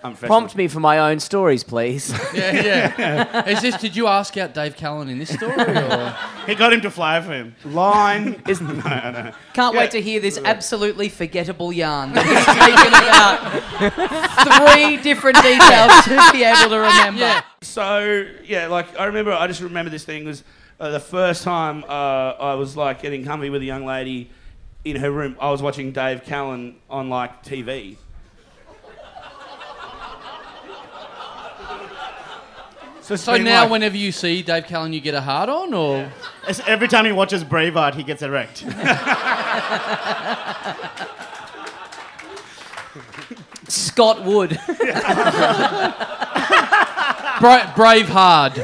E: I'm professional.
F: Prompt me for my own stories, please.
B: Yeah, yeah. Is this? Did you ask out Dave Callan in this story? Or?
H: He got him to fly for him.
E: line.
F: Is-
A: Can't wait to hear this absolutely forgettable yarn that he's taken about three different details to be able to remember.
E: so yeah, like I remember, I just remember this thing was uh, the first time uh, I was like getting comfy with a young lady in her room. I was watching Dave Callan on like TV. So, it's
B: So
E: been,
B: now,
E: like-
B: whenever you see Dave Callan, you get a hard on, or
H: It's- Every time he watches Braveheart, he gets erect.
A: Scott Wood.
B: Bra- brave hard.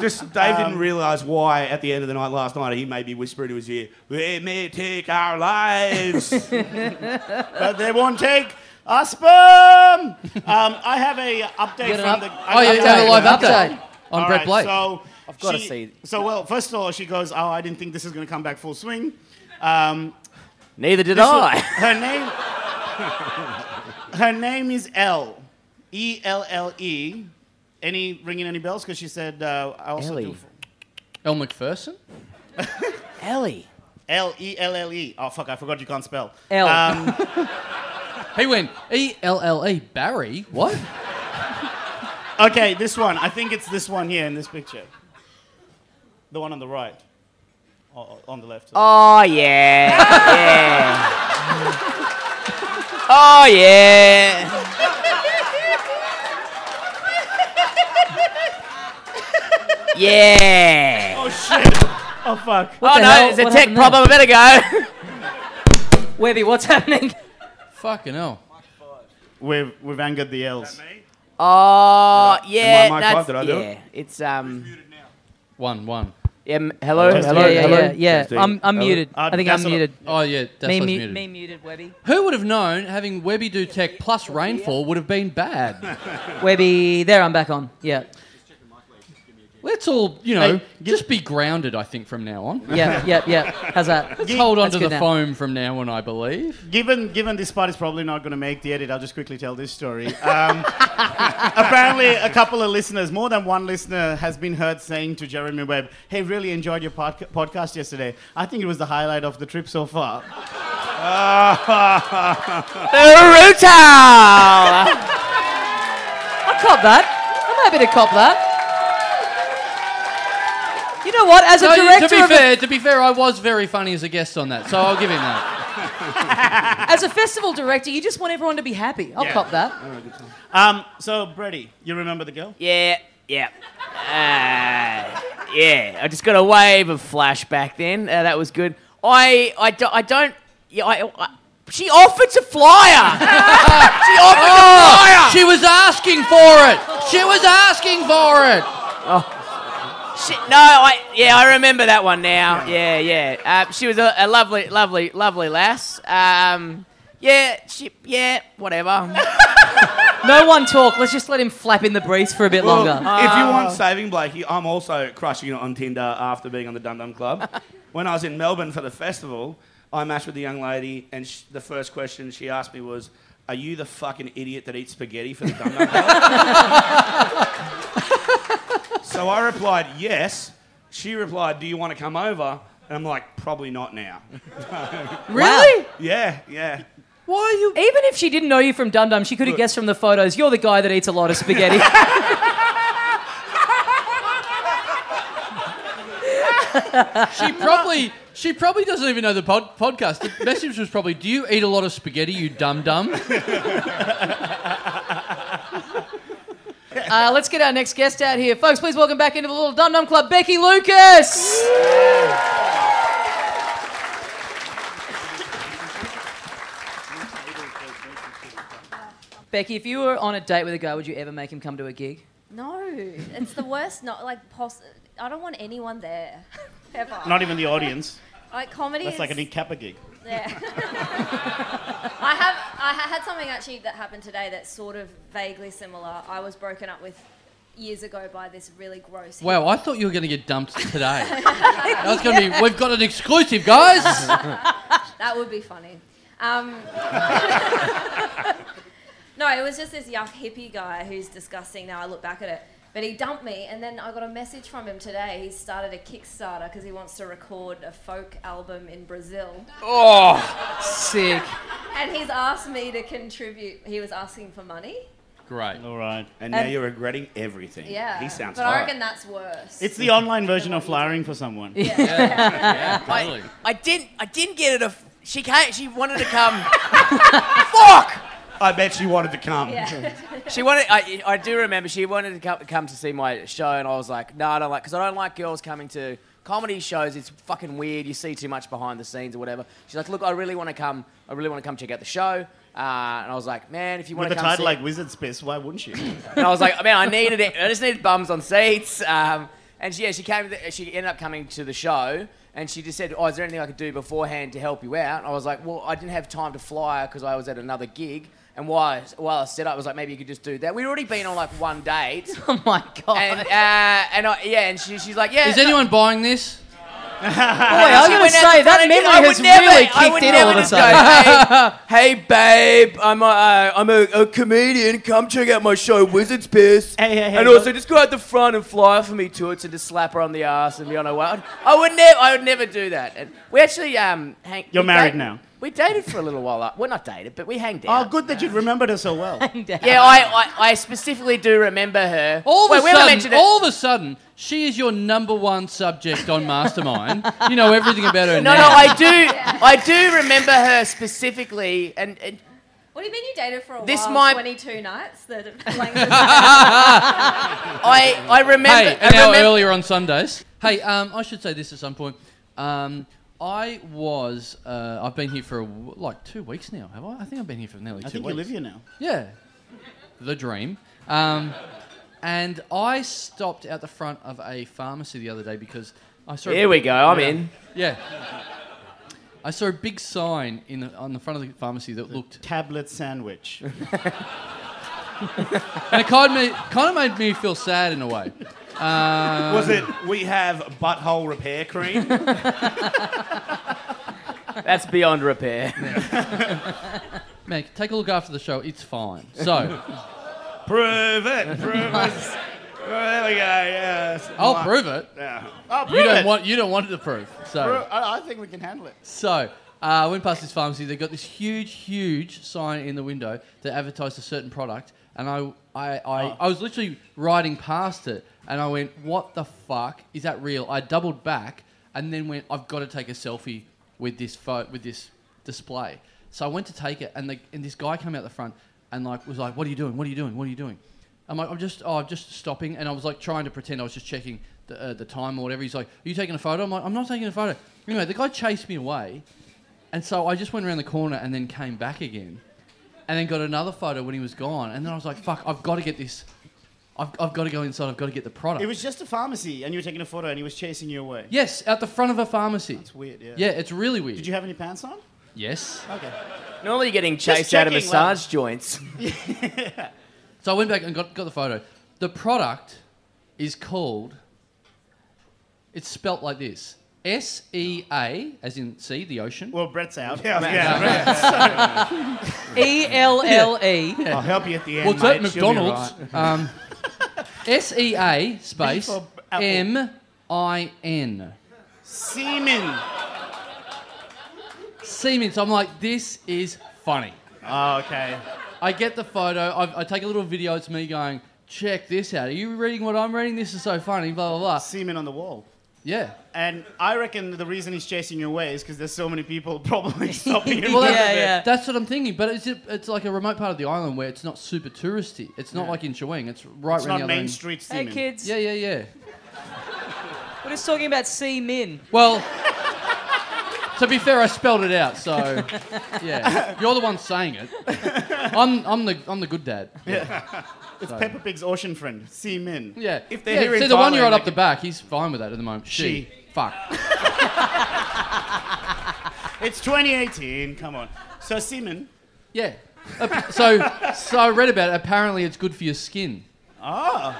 E: Just Dave
B: Um,
E: didn't realise why at the end of the night last night he maybe whispered to his ear, "Let me take our lives."
H: but they won't take our sperm. Um, I have a update
A: Get an
H: from
A: up-
H: the.
B: oh, yeah, you have a live update, on
H: All
B: Brett
H: right,
B: Blake.
H: So I've
F: gotta see.
H: So well, first of all, she goes, "Oh, I didn't think this is going to come back full swing." Um,
F: Neither did
H: this
F: I.
H: was- her name. her name is L, E L L E. Any ringing any bells? Because she said uh, I also
F: Ellie.
H: do.
B: El McPherson.
F: Ellie.
H: L E L L E. Oh fuck! I forgot you can't spell.
A: L.
H: Um,
B: He went E L L E Barry. What?
H: okay, this one. I think it's this one here in this picture. The one on the right. O- on the left.
F: Oh yeah. yeah. Oh yeah. Yeah.
H: Oh shit! Oh fuck!
A: What
F: oh
A: the
F: no,
A: hell?
F: it's a
A: What
F: tech
A: happened there?
F: problem. I better go.
A: Webby, what's happening?
B: Fucking hell.
H: We've we've angered the L's.
F: Oh yeah.
E: mic
F: that's-
E: off? Did I do it?
F: yeah. It's um.
B: One one.
F: Yeah, m- hello, hello, hello.
A: yeah, yeah, yeah, yeah. I'm, I'm
E: Hello?
A: muted. I think I'm
H: that's a-
A: muted.
B: Oh yeah, that's
A: Me,
B: me,
A: mu-
B: muted.
A: me muted, Webby.
B: Who would have known having Webby do tech plus rainfall would have been bad?
A: Webby, there, I'm back on. Yeah.
B: Let's all, you know,
H: Hey,
B: just be grounded. I think from now on.
A: Yeah, yeah, yeah. How's that?
B: Let's hold on
A: That's
B: to
A: good
B: the
A: now.
B: foam from now on. I believe.
H: Given given this part is probably not going to make the edit, I'll just quickly tell this story. Um, apparently, a couple of listeners, more than one listener, has been heard saying to Jeremy Webb, "Hey, really enjoyed your podca- podcast yesterday. I think it was the highlight of the trip so far."
F: Naruto.
A: I cop that. I'm happy to cop that. You know what? As a
B: No,
A: director
B: to be
A: of a
B: fair, to be fair, I was very funny as a guest on that, so I'll give him that.
A: As a festival director, you just want everyone to be happy. I'll
H: Yeah.
A: cop that.
H: Um, so, Brady, you remember the girl?
F: Yeah, yeah. Uh, yeah, I just got a wave of flashback then. Uh, that was good. I, I, do, I don't. Yeah, I, I, she offered to fly her. she offered to fly her.
B: Oh, She was asking for it. She was asking for it.
F: She, no, I, yeah, I remember that one now. Yeah, yeah. Uh, she was a, a lovely, lovely, lovely lass. Um, yeah, she, yeah, whatever.
A: No one talk. Let's just let him flap in the breeze for a bit
E: Well,
A: longer.
E: if you
I: Ah.
E: want saving Blakey, I'm also crushing it on Tinder after being on the Dum Dum Club. when I was in Melbourne for the festival, I matched with a young lady, and sh- the first question she asked me was, "Are you the fucking idiot that eats spaghetti for the Dum Dum Club?" so I replied, "Yes." She replied, "Do you want to come over?" And I'm like, "Probably not now."
A: Really?
E: yeah, yeah.
A: Why are you? Even if she didn't know you from Dum Dum, she could have guessed from the photos. You're the guy that eats a lot of spaghetti.
B: She probably she probably doesn't even know the pod, podcast. The message was probably, "Do you eat a lot of spaghetti, you dum dum?"
A: Uh, let's get our next guest out here. Folks, please welcome back into the Little Dum Dum Club, Becky Lucas. Becky, if you were on a date with a guy, would you ever make him come to a gig?
I: No, it's the worst. Not like poss- I don't want anyone there ever.
H: Not even the audience.
I: like comedy.
H: That's
I: is,
H: like an Kappa gig.
I: Yeah. I have. I ha- had something actually that happened today that's sort of vaguely similar. I was broken up with years ago by this really gross.
B: Wow, I thought you were going to get dumped today. That was going to be. We've got an exclusive, guys.
I: That would be funny. Um, no, it was just this yuck hippie guy who's disgusting now. I look back at it. But he dumped me, and then I got a message from him today. He started a Kickstarter because he wants to record a folk album in Brazil.
A: Sick.
I: And he's asked me to contribute. He was asking for money.
B: Great.
H: All right.
E: And now you're regretting everything.
I: Yeah.
E: He sounds
I: But I
E: hot.
I: reckon that's worse.
H: It's the online version of flowering for someone.
B: Yeah, totally.
F: I didn't. I didn't get it. A f- she can't. She wanted to come. Fuck.
E: I bet she wanted to come.
I: yeah.
F: She wanted. I, I do remember. She wanted to come, come to see my show, and I was like, no, I don't like, because I don't like girls coming to comedy shows. It's fucking weird. You see too much behind the scenes or whatever. She's like, look, I really want to come. I really want to come check out the show. Uh, and I was like, man, if you want
H: With
F: to
H: a
F: come
H: title
F: see-
H: like Wizard Space, why wouldn't you?
F: and I was like, man, I needed it. I just needed bums on seats. Um, and she, yeah, she came. To the, she ended up coming to the show, and she just said, "Oh, is there anything I could do beforehand to help you out?" And I was like, "Well, I didn't have time to fly because I was at another gig." And while I, while I set up, I was like, "Maybe you could just do that." We'd already been on like one date,
A: Oh my god.
F: and uh, and I, yeah, and she, she's like, "Yeah."
B: Is anyone buying this?
A: Boy, I was
F: she
A: going to
F: went out
A: say
F: the
A: that
F: front
A: memory
F: and I
A: has
F: would never-
A: really
F: I would
A: kicked in
F: never
A: all of a
F: just go,
A: sudden.
F: hey, hey, babe, I'm a, uh, I'm a, a comedian. Come check out my show, Wizard's Piss.
H: Hey, hey, hey,
F: and
H: look.
F: also just go out the front and fly for me toots and just slap her on the ass and be on her way. I'd- I would never, I would never do that. And we actually, um, hang.
H: You're
F: we
H: married
F: date-
H: now.
F: We dated for a little while. uh, Well, not dated, but we hanged
H: Oh,
F: out.
H: good that you remembered her so well.
F: Yeah, I, I, I specifically do remember her.
B: All of a
F: Wait, we haven't mentioned
B: sudden,
F: it.
B: all of a sudden, she is your number one subject on Mastermind. you know everything about her
F: no,
B: now.
F: no, I do, I do remember her specifically, and, and
I: What do you mean you dated for a
F: This
I: while?
F: might-
I: 22 nights? That like,
F: I, I remember.
B: hey,
F: I
B: an hour
F: remember-
B: earlier on Sundays. Hey, um, I should say this at some point. Um, I was, uh, I've been here for a w like two weeks now, have I? I think I've been here for nearly
H: I
B: two
H: think
B: weeks.
H: you live here now.
B: Yeah, the dream. Um, and I stopped at the front of a pharmacy the other day because I saw. a-
F: Here we go. I'm
B: Yeah.
F: in.
B: Yeah. I saw a big sign in the, on the front of the pharmacy that looked
H: Tablet sandwich.
B: And it kind of, made, kind of made me feel sad in a way.
E: Was it, we have butthole repair cream?
F: That's beyond repair.
B: Meg, take a look after the show. It's fine. So
E: prove it. Prove it. Well, there we go. Yes.
B: I'll prove it.
E: Yeah.
B: You don't want you don't want the proof. So
H: I, I think we can handle it.
B: so uh, I went past this pharmacy. They got this huge, huge sign in the window that advertised a certain product, and I I I,
H: Oh.
B: I was literally riding past it, and I went, "What the fuck is that real?" I doubled back, and then went, "I've got to take a selfie with this pho- with this display." So I went to take it, and the, and this guy came out the front and like was like, "What are you doing? What are you doing? What are you doing?" I'm like, I'm just, oh, I'm just stopping, and I was like trying to pretend I was just checking the, uh, the time or whatever. He's like, "Are you taking a photo?" I'm like, "I'm not taking a photo." Anyway, the guy chased me away, and so I just went around the corner and then came back again, and then got another photo when he was gone, and then I was like, "Fuck, I've got to get this. I've, I've got to go inside. I've got to get the product."
H: It was just a pharmacy, and you were taking a photo, and he was chasing you away.
B: yes, out the front of a pharmacy.
H: It's weird, yeah.
B: Yeah, it's really weird.
H: Did you have any pants on?
B: yes.
H: Okay.
F: Normally, you're getting chased out of
H: checking,
F: massage joints.
B: So I went back and got, got the photo. The product is called. It's spelt like this: S E A, as in sea, the ocean.
H: Well, Brett's out.
A: E L L E.
H: I'll help you at the end.
B: What's that, McDonald's? Um, S E A space
H: Beef or apple?
B: M I N.
H: Semen.
B: Siemens. I'm like, this is funny.
H: Oh, okay.
B: I get the photo. I, I take a little video. It's me going, check this out. Are you reading what I'm reading? This is so funny. Blah blah blah.
H: Semen on the wall.
B: Yeah.
H: And I reckon the reason he's chasing you away is because there's so many people probably stopping him.
B: Well, that's,
F: Yeah, yeah.
B: that's what I'm thinking. But it's it's like a remote part of the island where it's not super touristy. It's not like in Chewing. It's right
H: It's
B: around
H: not
B: the other
H: main
B: end.
H: street
A: Hey,
H: seeming.
A: kids.
B: Yeah, yeah, yeah.
A: We're just talking about C Min.
B: Well, to be fair, I spelled it out. So, yeah, you're the one saying it. I'm I'm the I'm the good dad.
H: It's Peppa Pig's ocean friend, Si Min.
B: Yeah.
E: If they're
B: yeah,
E: here in
B: see the one
E: Thailand,
B: year old
E: they
B: up the back, he's fine with that at the moment. She.
H: She.
B: Fuck.
H: It's 2018. Come on. So Si Min.
B: Yeah. Ap- So so I read about it. Apparently, it's good for your skin.
H: ah.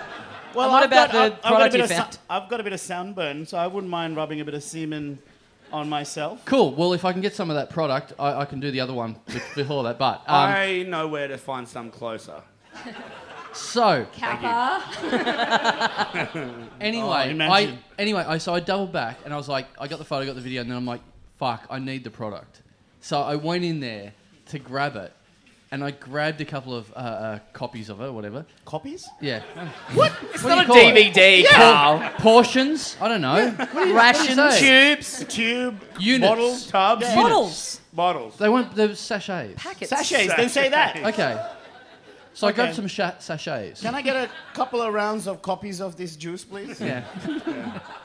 H: Well,
A: And what about the
H: got a
A: product
H: bit
A: you
H: of sun-
A: found?
H: I've got a bit of sunburn, so I wouldn't mind rubbing a bit of semen on myself.
B: Cool. Well, if I can get some of that product, I, I can do the other one be- before that. But um,
E: I know where to find some closer.
B: so
I: Kappa.
B: anyway, I
H: imagine.
B: anyway, I so I doubled back and I was like, I got the photo, got the video, and then I'm like, fuck, I need the product. So I went in there to grab it, and I grabbed a couple of uh, uh, copies of it, or whatever.
H: Copies?
B: Yeah.
F: It's
B: What
F: not a
B: do you call it?
F: DVD, Carl.
B: Portions? I don't know.
F: Ration
B: What do you say?
F: tubes.
H: Tube
B: Units.
H: bottles, tubs.
B: Yeah.
A: Bottles.
E: Bottles.
B: They weren't the sachets.
A: Packets.
H: Sachets, then say that.
B: Okay. So I grabbed
H: Okay.
B: some sha- sachets.
H: Can I get a couple of rounds of copies of this juice, please?
B: Yeah.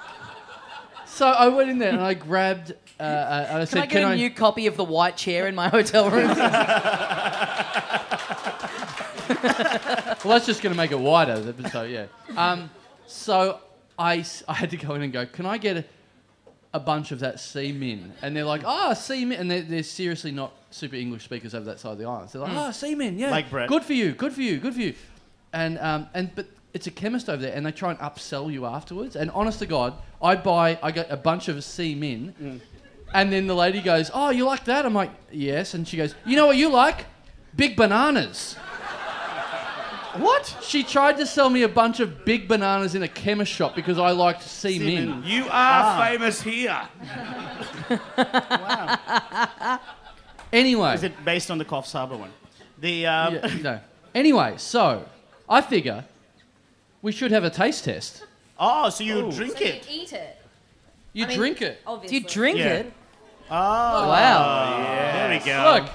B: so I went in there and I grabbed. Uh, uh, and I
A: Can
B: said,
A: I get
B: "Can
A: a
B: I?"
A: new copy of The White Chair in my hotel room?
B: well, that's just going to make it wider. th- So yeah. Um, so I, s- I had to go in and go. Can I get a, a bunch of that sea min? And they're like, "Ah, oh, sea min," and they're, they're seriously not super English speakers over that side of the island. So they're like, "Ah, oh, sea min, yeah,
H: Mm. Like Brett.
B: good for you, good for you, good for you," and um, and but. It's a chemist over there, and they try and upsell you afterwards. And honest to God, I buy, I get a bunch of sea min,
H: Mm.
B: and then the lady goes, "Oh, you like that?" I'm like, "Yes," and she goes, "You know what you like? Big bananas."
H: What?
B: She tried to sell me a bunch of big bananas in a chemist shop because I liked sea min.
E: You are
I: Ah.
E: famous here.
H: Wow.
B: Anyway,
H: Is it based on the Coffs Harbour one? The um,
B: yeah, no. Anyway, so I figure we should have a taste test.
H: oh, so you drink
I: So you
H: it?
I: eat it.
B: You
I: I mean,
B: drink it.
A: Do
I: Obviously.
A: you drink
H: Yeah.
A: it?
H: Oh,
A: Wow.
H: there we go.
B: Look,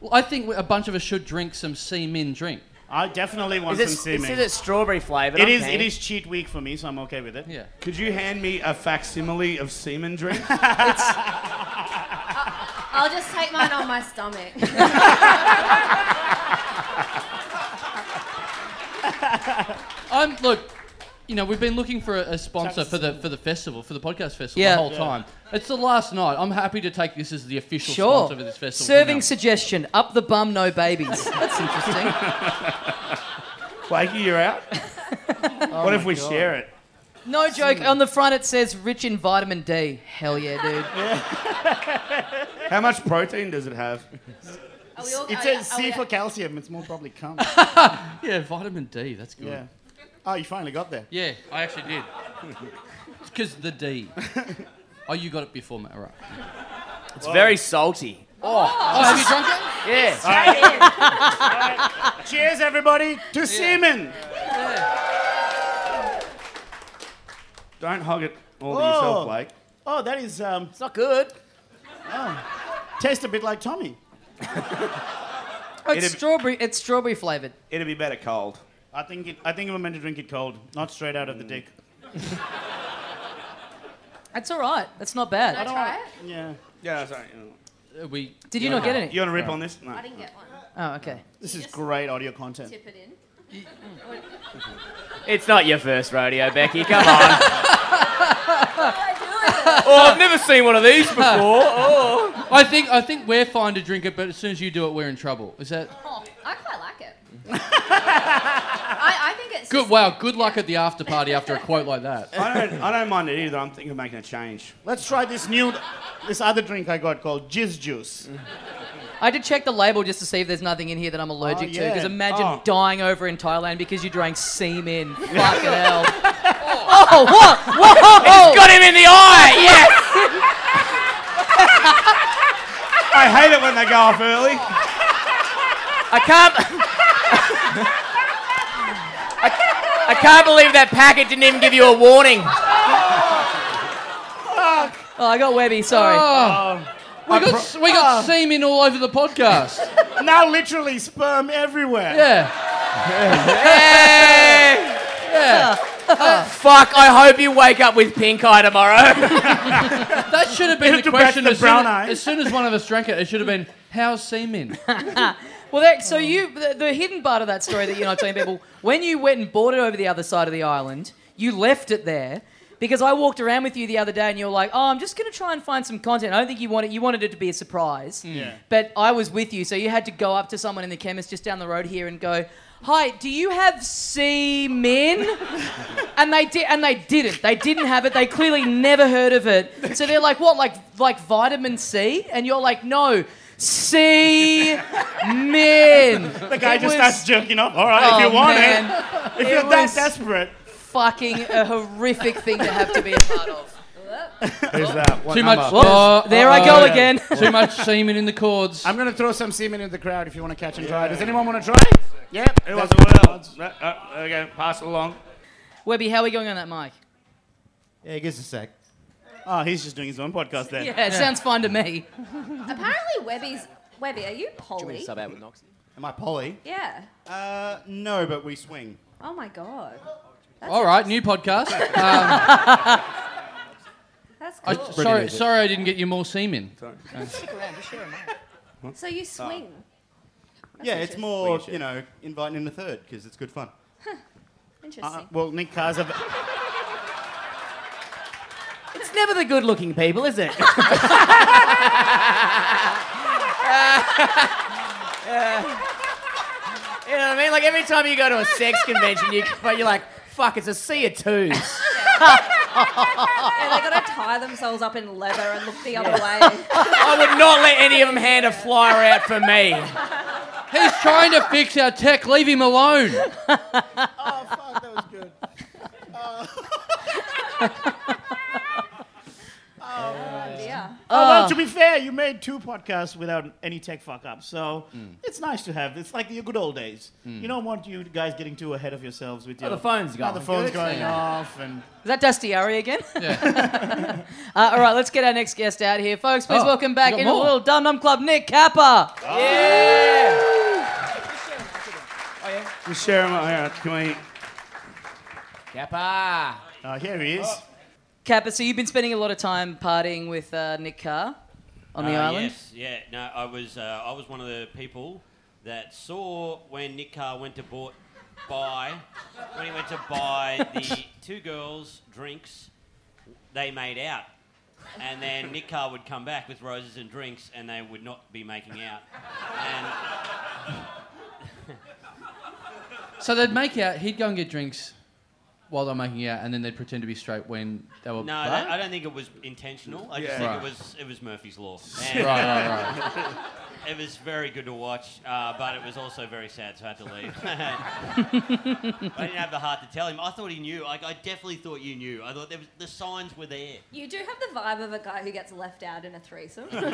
B: well, I think we- a bunch of us should drink some sea min drink.
H: I definitely
F: Is
H: want
F: it,
H: some
F: is
H: semen.
F: it strawberry flavored?
H: It is. It is cheat week for me, so I'm okay with it.
B: Yeah.
E: Could you hand me a facsimile of semen drink?
I: I'll just take mine on my stomach.
B: I'm Um, look. You know, we've been looking for a, a sponsor for the for the festival, for the podcast festival,
A: Yeah.
B: the whole time. It's the last night. I'm happy to take this as the official
A: Sure.
B: sponsor for this festival. from
A: Serving
B: now.
A: suggestion: up the bum, no babies. That's interesting.
E: Blakey, you're out. what
B: Oh
E: if we share it?
A: No joke. On the front, it says rich in vitamin D. Hell yeah, dude.
E: How much protein does it have?
I: Are we all,
H: It
I: are-
H: says
I: are we-
H: C for calcium. It's more probably cum.
B: yeah, vitamin D. That's good.
H: yeah. Oh, you finally got there.
B: Yeah, I actually did. it's because the D. oh, you got it before me. All right.
F: It's very salty.
B: Oh, have you drunk it?
F: Yeah.
H: Cheers, everybody, to semen.
E: Don't hog it all to
H: Whoa.
E: yourself, Blake.
H: Oh, that is um,
F: It's not good.
H: tastes a bit like Tommy.
A: Oh, it's
E: It'd-
A: strawberry. It's strawberry flavored.
E: It'd be better cold.
H: I think it, I think we're meant to drink it cold, not straight out of
A: Mm.
H: the dick.
A: That's all right. That's not
I: Can I
A: bad.
I: try it?
H: Yeah.
E: Yeah, sorry.
B: Uh, We
A: Did you not get any?
E: You want to rip on this? No.
I: I didn't get one.
A: Oh, okay.
H: This is great audio content.
I: Tip it in.
F: It's not your first rodeo, Becky. Come on.
I: I do it.
F: oh, I've never seen one of these before. Oh.
B: I think I think we're fine to drink it, but as soon as you do it, we're in trouble. Is that
I: Oh, I quite like it. I, I think it's
B: good?
I: just-
B: Wow. Good luck at the after party after a quote like that.
A: Um,
E: I don't, I don't mind it either. I'm thinking of making a change.
H: Let's try this new, this other drink I got called Jizz Juice.
A: I had to check the label just to see if there's nothing in here that I'm allergic to.
H: yeah.
A: Because imagine
E: Oh.
A: dying over in Thailand because you drank semen. Fucking hell. Oh, what? Whoa!
F: Got him in the eye. Yes.
E: I hate it when they go off early.
F: I can't. I, I can't believe that packet didn't even give you a warning.
A: Oh, I got Webby. Sorry.
B: Oh, we got we
A: Ah.
B: got semen all over the podcast.
H: Now, literally, sperm everywhere.
B: yeah.
F: Hey! Oh, Fuck, I hope you wake up with pink eye tomorrow.
B: That should have been
H: It'll
B: the
H: go back
B: question
H: to
B: as, soon,
H: brown eye.
B: as soon as one of us drank it. It should have been how's semen.
A: Well, that, so you the, the hidden part of that story that you're not telling people when you went and bought it over the other side of the island, you left it there because I walked around with you the other day and you were like, "Oh, I'm just going to try and find some content." I don't think you wanted you wanted it to be a surprise. Yeah. But I was with you, so you had to go up to someone in the chemist just down the road here and go. Hi, do you have semen? and they did, and they didn't. They didn't have it. They clearly never heard of it. So they're like, "What? Like, like vitamin C?" And you're like, "No, C men.
H: The guy
A: It
H: just
A: was-
H: starts jerking off. All right, if
A: Oh,
H: you want
A: man.
H: it. If you're
A: It
H: that
A: was-
H: desperate.
A: Fucking a horrific thing to have to be a part of.
H: Who's that?
B: Too much.
A: Whoops.
B: Oh,
A: there I
B: oh,
A: go
B: yeah.
A: again.
B: Too much semen in the cords.
H: I'm going to throw some semen in the crowd if you want to catch and try. Does anyone want to try? Yep.
E: Who wants what else? Uh, uh, okay, pass it along.
A: Webby, how are we going on that mic?
J: Yeah, give us a sec.
H: Oh, he's just doing his own podcast then.
A: Yeah, it sounds fine to me.
I: Apparently, Webby's. Webby, are you poly?
F: Sub out with Noxie.
J: Am I Polly?
I: Yeah.
H: Uh, no, but we swing.
I: Oh my god.
B: All right, new podcast.
I: That's
B: I,
I: cool.
B: sorry, sorry, I didn't get you more semen.
I: so you swing.
J: yeah, it's more, you know, inviting in a third because it's good fun.
I: Interesting.
H: Uh, Well, Nick Carr's a.
F: It's never the good looking people, is it? you know what I mean? Like every time you go to a sex convention, you, but you're like, fuck, it's a sea of twos.
I: yeah, they gotta tie themselves up in leather and look the other way.
F: I would not let any of them hand a flyer out for me.
B: He's trying to fix our tech. Leave him alone.
H: Oh,
I: Yeah.
H: Oh, well, to be fair, you made two podcasts without any tech fuck up, so
J: Mm.
H: it's nice to have. It's like the good old days. You don't want you guys getting too ahead of yourselves
J: Oh,
H: with your
F: the phone's
H: Now the
F: going.
H: phone's
F: Good.
H: going off and
A: Is that Dusty Ari again? uh, all right, let's get our next guest out here, folks. Please
B: Oh,
A: welcome
B: we
A: back
B: got
A: in the
B: more.
A: little Dum Dum Club, Nick Kappa.
H: we share them. All right, can we?
F: Kappa.
H: Uh, here he is.
J: Oh.
A: Kappa, so you've been spending a lot of time partying with uh, Nick Carr on the
K: Uh,
A: island.
K: Yes, yeah. No, I was uh, I was one of the people that saw when Nick Carr went to bought, buy when he went to buy the two girls drinks. They made out, and then Nick Carr would come back with roses and drinks, and they would not be making out. And
B: So they'd make out. He'd go and get drinks while they're making out, and then they'd pretend to be straight when they were.
K: no,
B: butt?
K: I don't- I don't think it was intentional. I just
E: Yeah.
K: think
B: Right.
K: it was it was Murphy's law. And
B: Right, right, right.
K: It was very good to watch, uh, but it was also very sad, so I had to leave. I didn't have the heart to tell him. I thought he knew. Like, I definitely thought you knew. I thought there was, the signs were there.
I: You do have the vibe of a guy who gets left out in a threesome. You're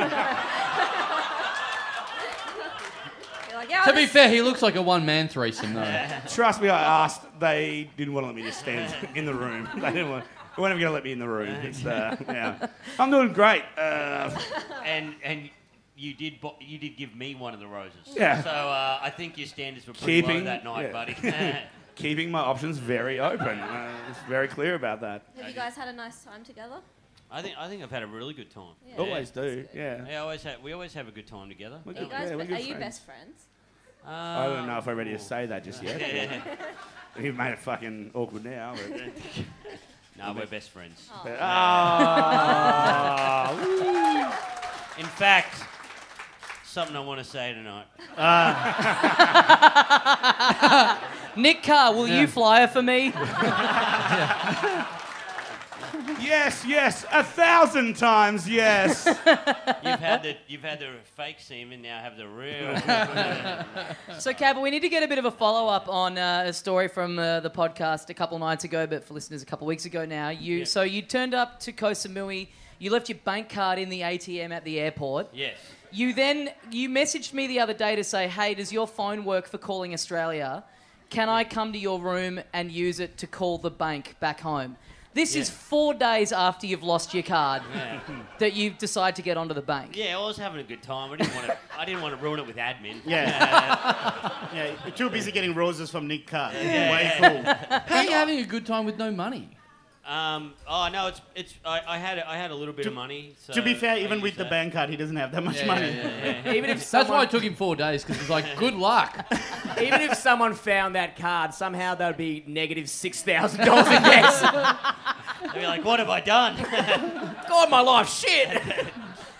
I: like, yeah,
B: To
I: I'll
B: be
I: just-
B: fair, he looks like a one-man threesome though.
E: Trust me, I asked. They didn't want to let me just stand in the room. They didn't want. They weren't even going to let me in the room. It's, uh, yeah. I'm doing great. Uh,
K: And and you did bo- you did give me one of the roses.
E: Yeah.
K: So uh, I think your standards were pretty
E: Keeping-
K: low that night,
E: yeah.
K: buddy.
E: keeping my options very open. Uh, it's very clear about that.
I: Have you guys had a nice time together?
K: I think I think I've had a really good time. Yeah.
E: Always do. Yeah.
K: Yeah, I always have, we always have a good time together.
E: We're
I: Are you
E: good-
I: guys
E: yeah, we're
I: be-
E: good
I: are you
E: friends.
I: best friends?
E: I don't know if I'm ready to say that just yet. You've made it fucking awkward now. But,
K: no, we're best friends.
I: Oh.
E: Ah.
K: In fact, something I want to say tonight.
A: Nick Carr, will you flyer for me?
E: yes, yes, a thousand times yes.
K: You've had the you've had the fake semen, now have the real.
A: So, Cab, we need to get a bit of a follow up on uh, a story from uh, the podcast a couple nights ago, but for listeners, a couple weeks ago now. You
K: Yeah.
A: so you turned up to Koh Samui. You left your bank card in the ATM at the airport.
K: yes.
A: You then you messaged me the other day to say, "Hey, does your phone work for calling Australia? Can I come to your room and use it to call the bank back home?" This is four days after you've lost your card that you decide to get onto the bank.
E: Yeah, I was having a good time. I didn't want to. I didn't want to ruin it with admin.
H: Yeah. yeah, you're too busy getting roses from Nick Carr. Way cool.
B: How are you having a good time with no money?
E: Um. Oh no, it's it's. I, I had I had a little bit of money. So
H: To be fair,
E: I
H: even
E: used
H: with the
E: that.
H: bank card, he doesn't have that much
E: Yeah,
H: money.
E: yeah, yeah, yeah.
F: Even if
B: That's why
F: someone,
B: it took him four days because he's like, good luck.
F: even if someone found that card, somehow that would be negative six thousand dollars in gas.
E: They'd be like, what have I done?
F: God, my life, shit.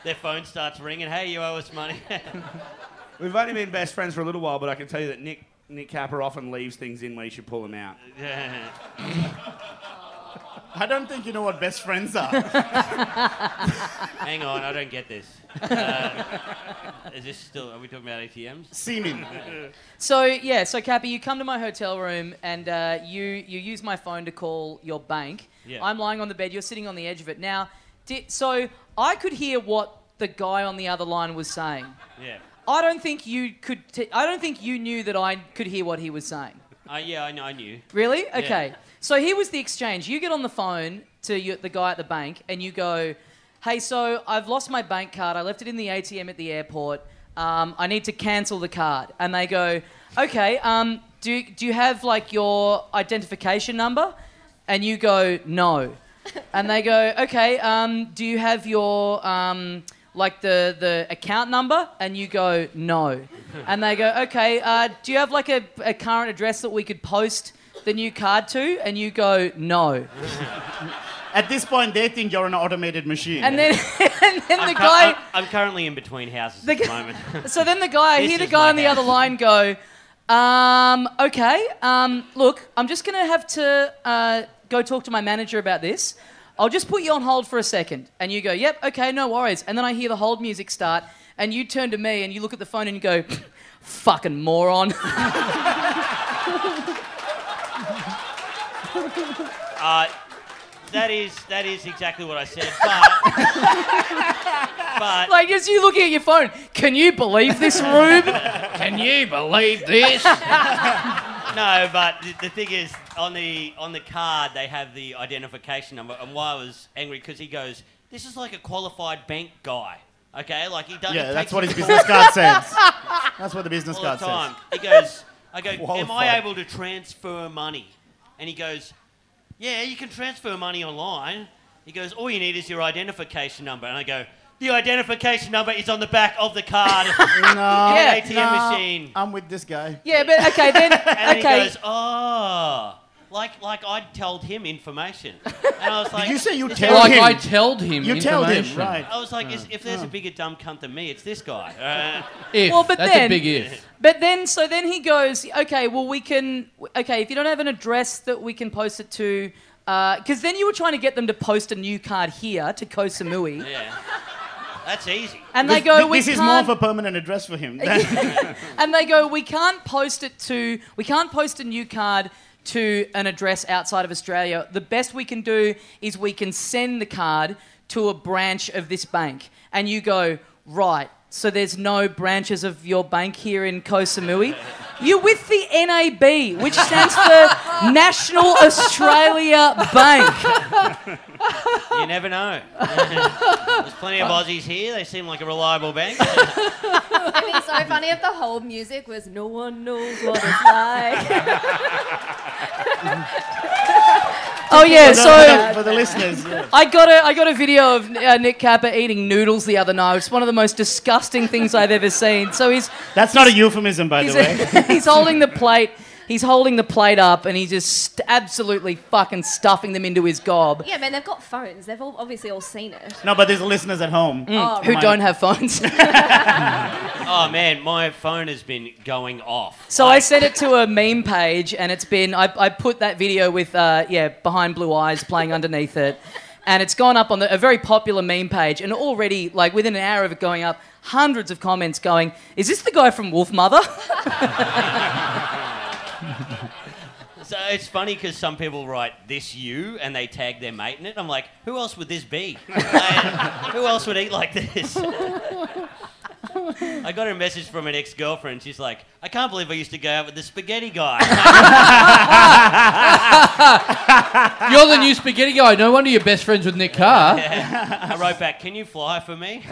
E: Their phone starts ringing. Hey, you owe us money.
C: We've only been best friends for a little while, but I can tell you that Nick Nick Capper often leaves things in where you should pull them out.
E: yeah.
H: I don't think you know what best friends are.
E: Hang on, I don't get this. Uh, is this still? Are we talking about ATMs?
H: Seeming.
A: So yeah, so Cappy, you come to my hotel room and uh, you you use my phone to call your bank.
E: Yeah.
A: I'm lying on the bed. You're sitting on the edge of it now. Di- so I could hear what the guy on the other line was saying.
E: Yeah.
A: I don't think you could. T- I don't think you knew that I could hear what he was saying.
E: Uh, yeah, I know. I knew.
A: Really? Okay. So here was the exchange. You get on the phone to your, the guy at the bank and you go, "Hey, so I've lost my bank card. I left it in the ATM at the airport. Um, I need to cancel the card." And they go, "Okay. Um, do do you have like your identification number?" And you go, "No." And they go, "Okay. Um, do you have your um, like the the account number?" And you go, "No." And they go, "Okay. Uh, do you have like a, a current address that we could post?" the new card to and you go no
H: At this point, they think you're an automated machine.
A: and then and then the
E: I'm, cu-
A: guy
E: I'm, I'm currently in between houses
A: The
E: at the
A: guy-
E: moment.
A: so then the guy I
E: This
A: hear the
E: is
A: guy
E: my
A: on the
E: house.
A: other line go um okay um look I'm just gonna have to uh, go talk to my manager about this I'll just put you on hold for a second and you go yep okay no worries and then I hear the hold music start and you turn to me and you look at the phone and you go fucking moron
E: Uh, that is that is exactly what I said. But but
A: like just you looking at your phone can you believe this rube
B: Can you believe this?
E: No, but the, the thing is, on the on the card they have the identification number, and why I was angry because he goes, "This is like a qualified bank guy." Okay, like he does.
H: yeah,
E: he
H: that's
E: takes
H: what his
E: his
H: business card says. That's what the business
E: all
H: card
E: the time.
H: says.
E: He goes, "I go, am I
H: Qualified.
E: able to transfer money?" And he goes, "Yeah, you can transfer money online." He goes, "All you need is your identification number," and I go. The identification number is on the back of the card.
H: No,
A: Yeah,
E: ATM
H: no,
E: machine.
H: I'm with this guy.
A: yeah but okay then
E: And
A: okay
E: he goes, oh, like like I'd told him information, and I was like,
H: Did you say you
E: is
H: tell
B: like
H: him? Oh.
B: I told him.
H: you tell him,
B: information.
H: right?
E: I was like, is, if there's a bigger dumb cunt than me, it's this guy. Uh,
B: If.
A: Well, but
B: That's
A: then-
B: a big if.
A: But then, so then he goes, okay, well, we can, okay, if you don't have an address that we can post it to, because then you were trying to get them to post a new card here to Koh Samui.
E: yeah, that's easy.
A: And
H: This,
A: they go,
H: thi- this
A: we
H: is more
A: can't,
H: of a permanent address for him. than-
A: and they go, we can't post it to, we can't post a new card to an address outside of Australia. The best we can do is we can send the card to a branch of this bank. And you go, right, so there's no branches of your bank here in Koh Samui? You're with the NAB, which stands for National Australia Bank.
H: Oh.
E: You never know. there's plenty of Aussies here. They seem like a reliable bank.
I: It'd be so funny if the whole music was "No one knows what it's like."
A: Oh yeah, so
H: for the listeners. yeah.
A: I got a I got a video of uh, Nick Capper eating noodles the other night. It's one of the most disgusting things I've ever seen. So he's
H: That's not a euphemism, by the
A: He's,
H: way.
A: he's holding the plate. He's holding the plate up, and he's just st- absolutely fucking stuffing them into his gob.
I: yeah, man, they've got phones. They've all obviously all seen it.
H: No, but there's listeners at home.
I: Oh,
A: Who
H: my-
A: don't have phones.
E: oh man, my phone has been going off.
A: so I sent it to a meme page, and it's been I, I put that video with uh, yeah behind blue eyes playing underneath it, and it's gone up on the, a very popular meme page, and already like within an hour of it going up, hundreds of comments going, "Is this the guy from Wolf Mother?"
E: So it's funny because some people write this you and they tag their mate in it. I'm like, who else would this be? Like, who else would eat like this? I got a message from an ex-girlfriend. She's like, "I can't believe I used to go out with the spaghetti guy."
B: You're the new spaghetti guy. No wonder you're best friends with Nick Carr.
E: I wrote back, "Can you fly for me?"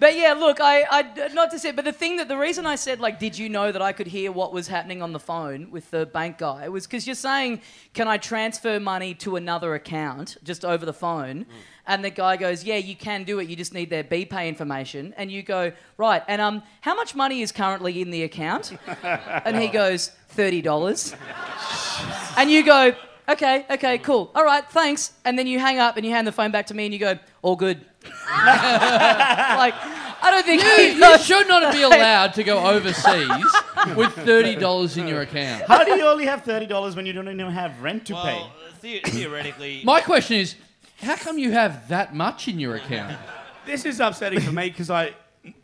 A: But yeah, look, I, I not to say, but the thing that the reason I said like, did you know that I could hear what was happening on the phone with the bank guy was because you're saying, can I transfer money to another account just over the phone? And the guy goes, yeah, you can do it. You just need their BPay information. And you go, right. And um, how much money is currently in the account? and he goes, thirty dollars. and you go, okay, okay, cool, all right, thanks. And then you hang up and you hand the phone back to me and you go, all good. like, I don't think he
B: You
A: knows-
B: should not be allowed to go overseas with thirty dollars in your account.
H: How do you only have thirty dollars when you don't even have rent to pay?
E: well, the- theoretically,
B: My question is, how come you have that much in your account?
C: This is upsetting for me because I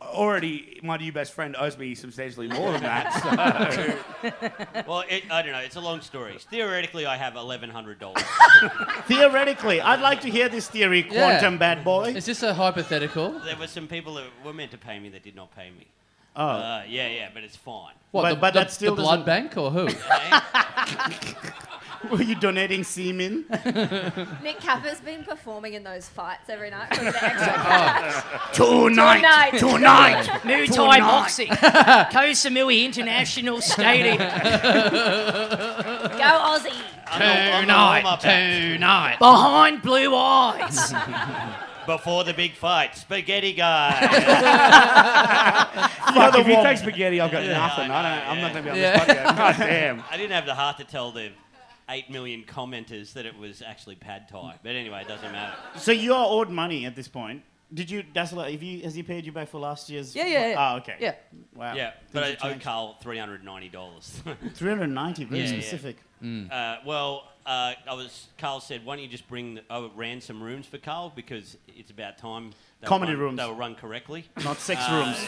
C: already my new best friend owes me substantially more than that. so-
E: well, it, I don't know. It's a long story. Theoretically, I have eleven hundred dollars.
H: Theoretically, I'd like to hear this theory,
B: Yeah.
H: quantum bad boy.
B: Is this a hypothetical?
E: There were some people that were meant to pay me that did not pay me.
H: Oh,
E: Uh, yeah, yeah, but it's fine.
B: What,
H: But-
B: the,
H: but
B: the-
H: that still
B: the blood
H: doesn't-
B: bank or who?
H: were you donating semen?
I: Nick Capper's been performing in those fights every night for the extra
H: Tonight,
I: night.
H: tonight.
A: Muay Thai boxing. Kosamui International Stadium.
I: Go Aussie.
E: I'm not, I'm not
B: Tonight.
A: Behind blue eyes.
E: Before the big fight, spaghetti guy.
C: Fuck, if you take spaghetti, I've got nothing.
E: I
C: I
E: know,
C: don't, I'm
E: yeah.
C: not going to be on
B: Yeah.
C: this podcast. God damn.
E: I didn't have the heart to tell the eight million commenters that it was actually pad thai. But anyway, it doesn't matter.
H: So you are owed money at this point. Did you? That's a lot. Have you? Has he paid you back for last year's?
A: Yeah, yeah, yeah.
H: Oh, okay.
A: Yeah.
H: Wow.
E: Yeah, but
H: Things
E: I
H: have
E: owe
H: changed.
E: Carl three hundred ninety dollars.
H: 390, very
E: Yeah, yeah.
H: specific.
E: uh, well, uh, I was. Carl said, "Why don't you just bring?" The, I ran some rooms for Carl because it's about time. they were
H: Comedy
E: run-
H: rooms.
E: They were run correctly. Uh,
H: Not six
C: Uh,
H: rooms.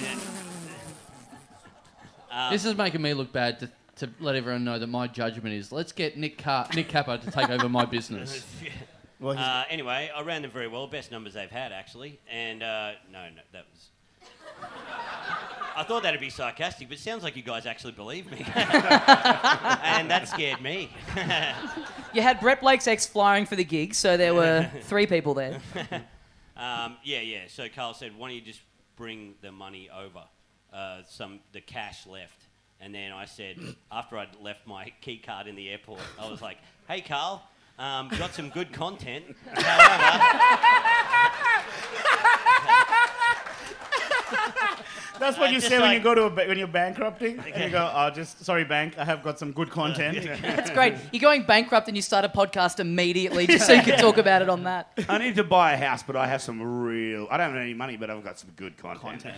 B: This is making me look bad to, to let everyone know that my judgment is let's get Nick Car- Nick Capper to take over my business.
H: Well, he's,
E: Uh, anyway, I ran them very well. Best numbers they've had, actually. And uh, no, no, that was. I thought that'd be sarcastic, but it sounds like you guys actually believe me. and that scared me.
A: You had Brett Blake's ex flying for the gig, so there were three people there.
E: Um, yeah, yeah. So Carl said, why don't you just bring the money over, uh, some the cash left. And then I said, after I'd left my key card in the airport, I was like, hey, Carl, um, got some good content. However,
H: that's what
E: uh,
H: you
E: just
H: say when
E: like-
H: you go to a ba- when you're bankrupting. And you go, oh, just sorry, bank. I have got some good content.
A: That's great. You're going bankrupt and you start a podcast immediately just so you can talk about it on that.
C: I need to buy a house, but I have some real. I don't have any money, but I've got some good content.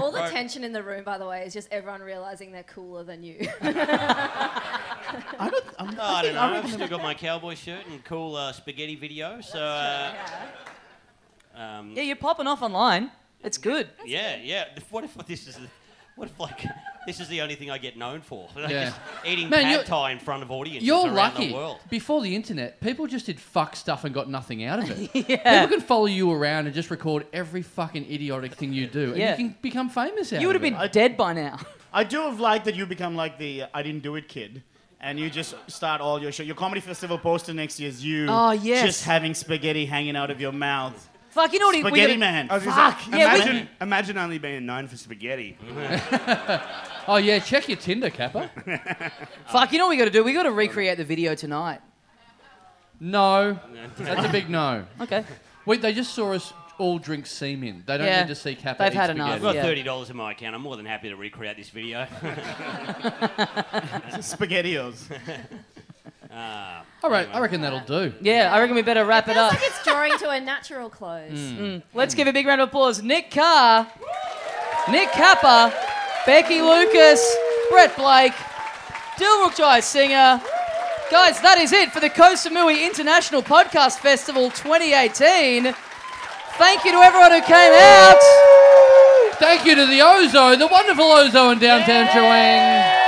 I: All the tension in the room, by the way, is just everyone realizing they're cooler than you.
H: I don't. I'm,
E: oh, I don't know. I've still got my cowboy shirt and cool uh, spaghetti video. So. Uh,
A: Yeah, you're popping off online. It's good.
E: Um, Yeah, yeah. If- What if this is, the, what if like this is the only thing I get known for? Like,
B: Yeah.
E: just eating
B: Man, you're-
E: pad thai in front of audiences
B: You're
E: around
B: lucky.
E: the world.
B: Before the internet, people just did fuck stuff and got nothing out of it. People can follow you around and just record every fucking idiotic thing you do, and
A: Yeah.
B: you can become famous out
A: You would have
B: of it.
A: been dead by now.
H: I do have liked that you become like the uh, I didn't do it kid. And you just start all your show. Your comedy festival poster next year is you
A: Oh, yes.
H: just having spaghetti hanging out of your mouth.
A: Fuck, you know what? he- we
H: Spaghetti
A: gotta-
H: man.
C: I was just
A: Fuck,
C: like,
A: yeah, we-
C: imagine, imagine only being known for spaghetti.
B: Oh yeah, check your Tinder, Capper.
A: Fuck, you know what we got to do? We got to recreate the video tonight.
B: No, that's a big no.
A: Okay.
B: Wait, they just saw us all drink semen. They don't
A: Yeah.
B: need to see Kappa
A: They've
B: eat
A: had
B: spaghetti.
A: enough.
E: I've got
A: Yeah.
E: thirty dollars in my account. I'm more than happy to recreate this video.
H: Spaghettios.
B: All right, I reckon that'll do.
A: Yeah, I reckon we better wrap it up.
I: Feels like it's drawing to a natural close.
H: Hmm.
A: Let's give a big round of applause. Nick Carr, Nick Kappa, Becky Lucas, Brett Blake, Dilruk Jai Singer. Guys, that is it for the Kosamui International Podcast Festival 2018. Thank you to everyone who came out.
B: Thank you to the Ozo, the wonderful Ozo in downtown Joanne.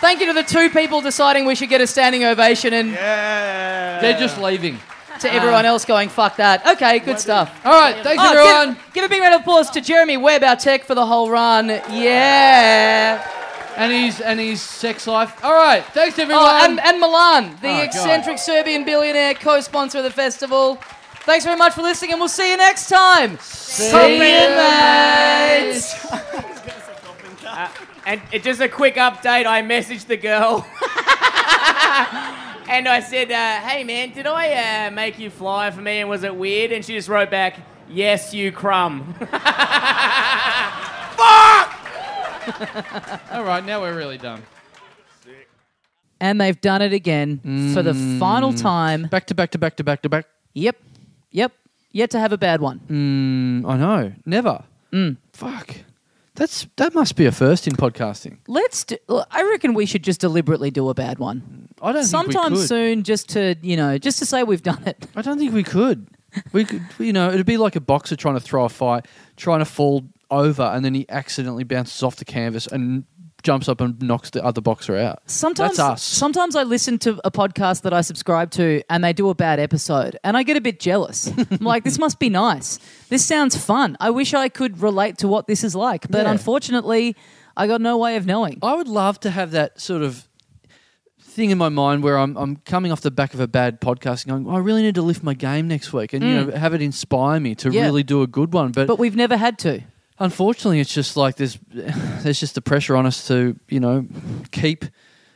A: Thank you to the two people deciding we should get a standing ovation and
B: They're just leaving.
A: to everyone else going, fuck that. Okay, good stuff.
B: All right, thanks
A: Oh,
B: everyone.
A: give, give a big round of applause to Jeremy Webb, our tech, for the whole run. Yeah.
B: And he's and he's sex life. All right, thanks everyone.
A: Oh, and, and Milan, the
B: Oh, God.
A: eccentric Serbian billionaire co sponsor of the festival. Thanks very much for listening, and we'll see you next time. See
B: you,
A: mates.
F: And uh, just a quick update I messaged the girl. and I said, uh, hey man, did I uh, make you fly for me and was it weird? And she just wrote back, yes, you crumb.
B: All right, now we're really done.
A: And they've done it again for the final time.
B: Back to back to back to back to back.
A: Yep. Yep. Yet to have a bad one.
B: Mm, I know, never. Mm. Fuck, that's that must be a first in podcasting.
A: Let's. Do, look, I reckon we should just deliberately do a bad one
B: I don't think
A: sometime
B: we could.
A: soon, just to you know, just to say we've done it.
B: I don't think we could. We could, you know, it'd be like a boxer trying to throw a fight, trying to fall over, and then he accidentally bounces off the canvas and jumps up and knocks the other boxer out.
A: Sometimes,
B: that's us.
A: sometimes I listen to a podcast that I subscribe to, and they do a bad episode, and I get a bit jealous. I'm like, this must be nice. This sounds fun. I wish I could relate to what this is like, but
B: Yeah.
A: unfortunately, I got no way of knowing.
B: I would love to have that sort of thing in my mind where I'm, I'm coming off the back of a bad podcast and going, "Oh, I really need to lift my game next week and, you know, have it inspire me to
A: Yeah.
B: really do a good one. Mm. But,
A: But we've never had to.
B: unfortunately, it's just like there's, there's just the pressure on us to, you know, keep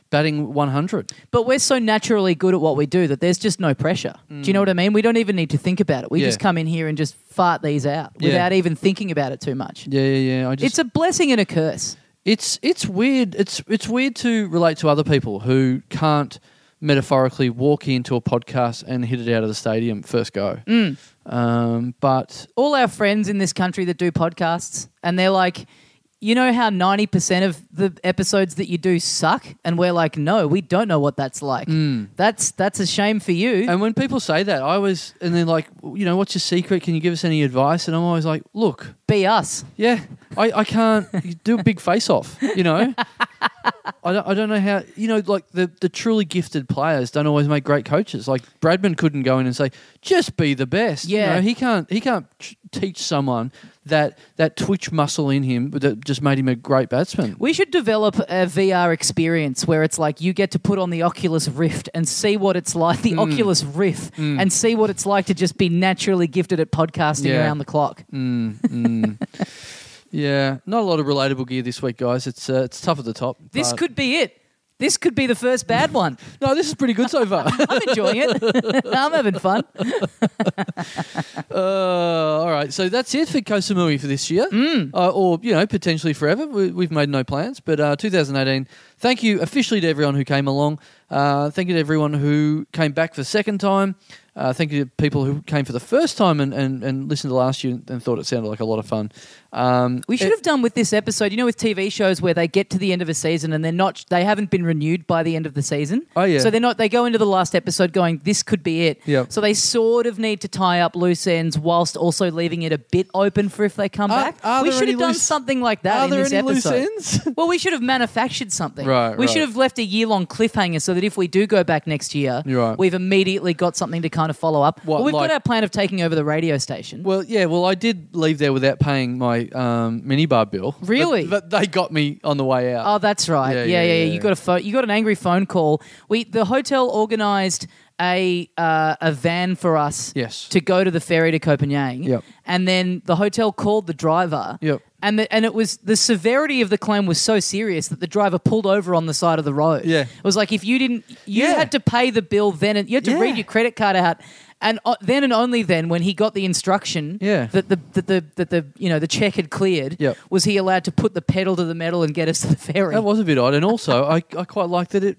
B: batting 100.
A: But we're so naturally good at what we do that there's just no pressure. Do you know what I mean? We don't even need to think about it. We
B: Yeah.
A: just come in here and just fart these out
B: Yeah.
A: without even thinking about it too much.
B: Yeah, yeah, yeah. I just,
A: It's a blessing and a curse.
B: it's it's weird. It's it's weird to relate to other people who can't metaphorically walk into a podcast and hit it out of the stadium first go.
A: Mm.
B: Um, but
A: All our friends in this country that do podcasts, and they're like, you know how 90% of the episodes that you do suck? And we're like, no, we don't know what that's like. That's, that's a shame for you.
B: Hmm. And when people say that, I always and they're like, "Well, you know, what's your secret? Can you give us any advice? And I'm always like, look,
A: Be us.
B: yeah, I, I can't you do a big face off, you know. I don't, I don't know how you know like the, the truly gifted players don't always make great coaches. Like Bradman couldn't go in and say just be the best. You
A: Yeah.
B: know, he can't he can't tr- teach someone that that twitch muscle in him that just made him a great batsman.
A: We should develop a VR experience where it's like you get to put on the Oculus Rift and see what it's like,
B: Hmm.
A: the Oculus Rift, and see what it's like to just be naturally gifted at podcasting
B: Yeah. Hmm.
A: around the clock.
B: Yeah, not a lot of relatable gear this week, guys. It's uh, it's tough at the top.
A: This
B: but-
A: could be it. This could be the first bad one.
B: no, this is pretty good so far.
A: I'm enjoying it. I'm having fun.
B: Uh, all right, so that's it for Kosamui for this year,
A: Mm.
B: uh, or you know potentially forever. We, we've made no plans, but uh, 2018. Thank you officially to everyone who came along. Uh, thank you to everyone who came back for the second time. Uh, thank you to people who came for the first time and, and, and listened to last year and thought it sounded like a lot of fun. Um,
A: We should
B: it-
A: have done with this episode, you know, with TV shows where they get to the end of a season and they're not, they haven't been renewed by the end of the season.
B: Oh, yeah.
A: So they're not, they go into the last episode going, this could be it.
B: Yep.
A: So they sort of need to tie up loose ends whilst also leaving it a bit open for if they come
B: Are-
A: back.
B: are
A: we
B: there
A: should
B: any
A: have done
B: loose-
A: something like that
B: Are
A: in
B: there
A: this
B: any loose
A: episode.
B: ends?
A: Well, we should have manufactured something.
B: Right,
A: We
B: right.
A: should have left a year long cliffhanger so that if we do go back next year,
B: You're right.
A: we've immediately got something to kind of follow up.
B: What,
A: well, we've
B: like-
A: got our plan of taking over the radio station.
B: Well, yeah. Well, I did leave there without paying my um, minibar bill. But-
A: Really?
B: But, they got me on the way out.
A: Oh, that's right. Yeah, yeah, yeah.
B: yeah.
A: You got a phone. You got an angry phone call. We the hotel organised a uh, a van for us.
B: Yes.
A: To go to the ferry to Copenhagen.
B: Yep.
A: And then the hotel called the driver.
B: Yep.
A: And the, and it was the severity of the claim was so serious that the driver pulled over on the side of the road.
B: Yeah.
A: It was like if you didn't, you
B: Yeah.
A: had to pay the bill then, and you had to
B: Yeah.
A: read your credit card out. And uh, then and only then, when he got the instruction
B: Yeah.
A: that the that the that the you know the check had cleared,
B: Yep.
A: was he allowed to put the pedal to the metal and get us to the ferry?
B: That was a bit odd, and also I, I quite like that it.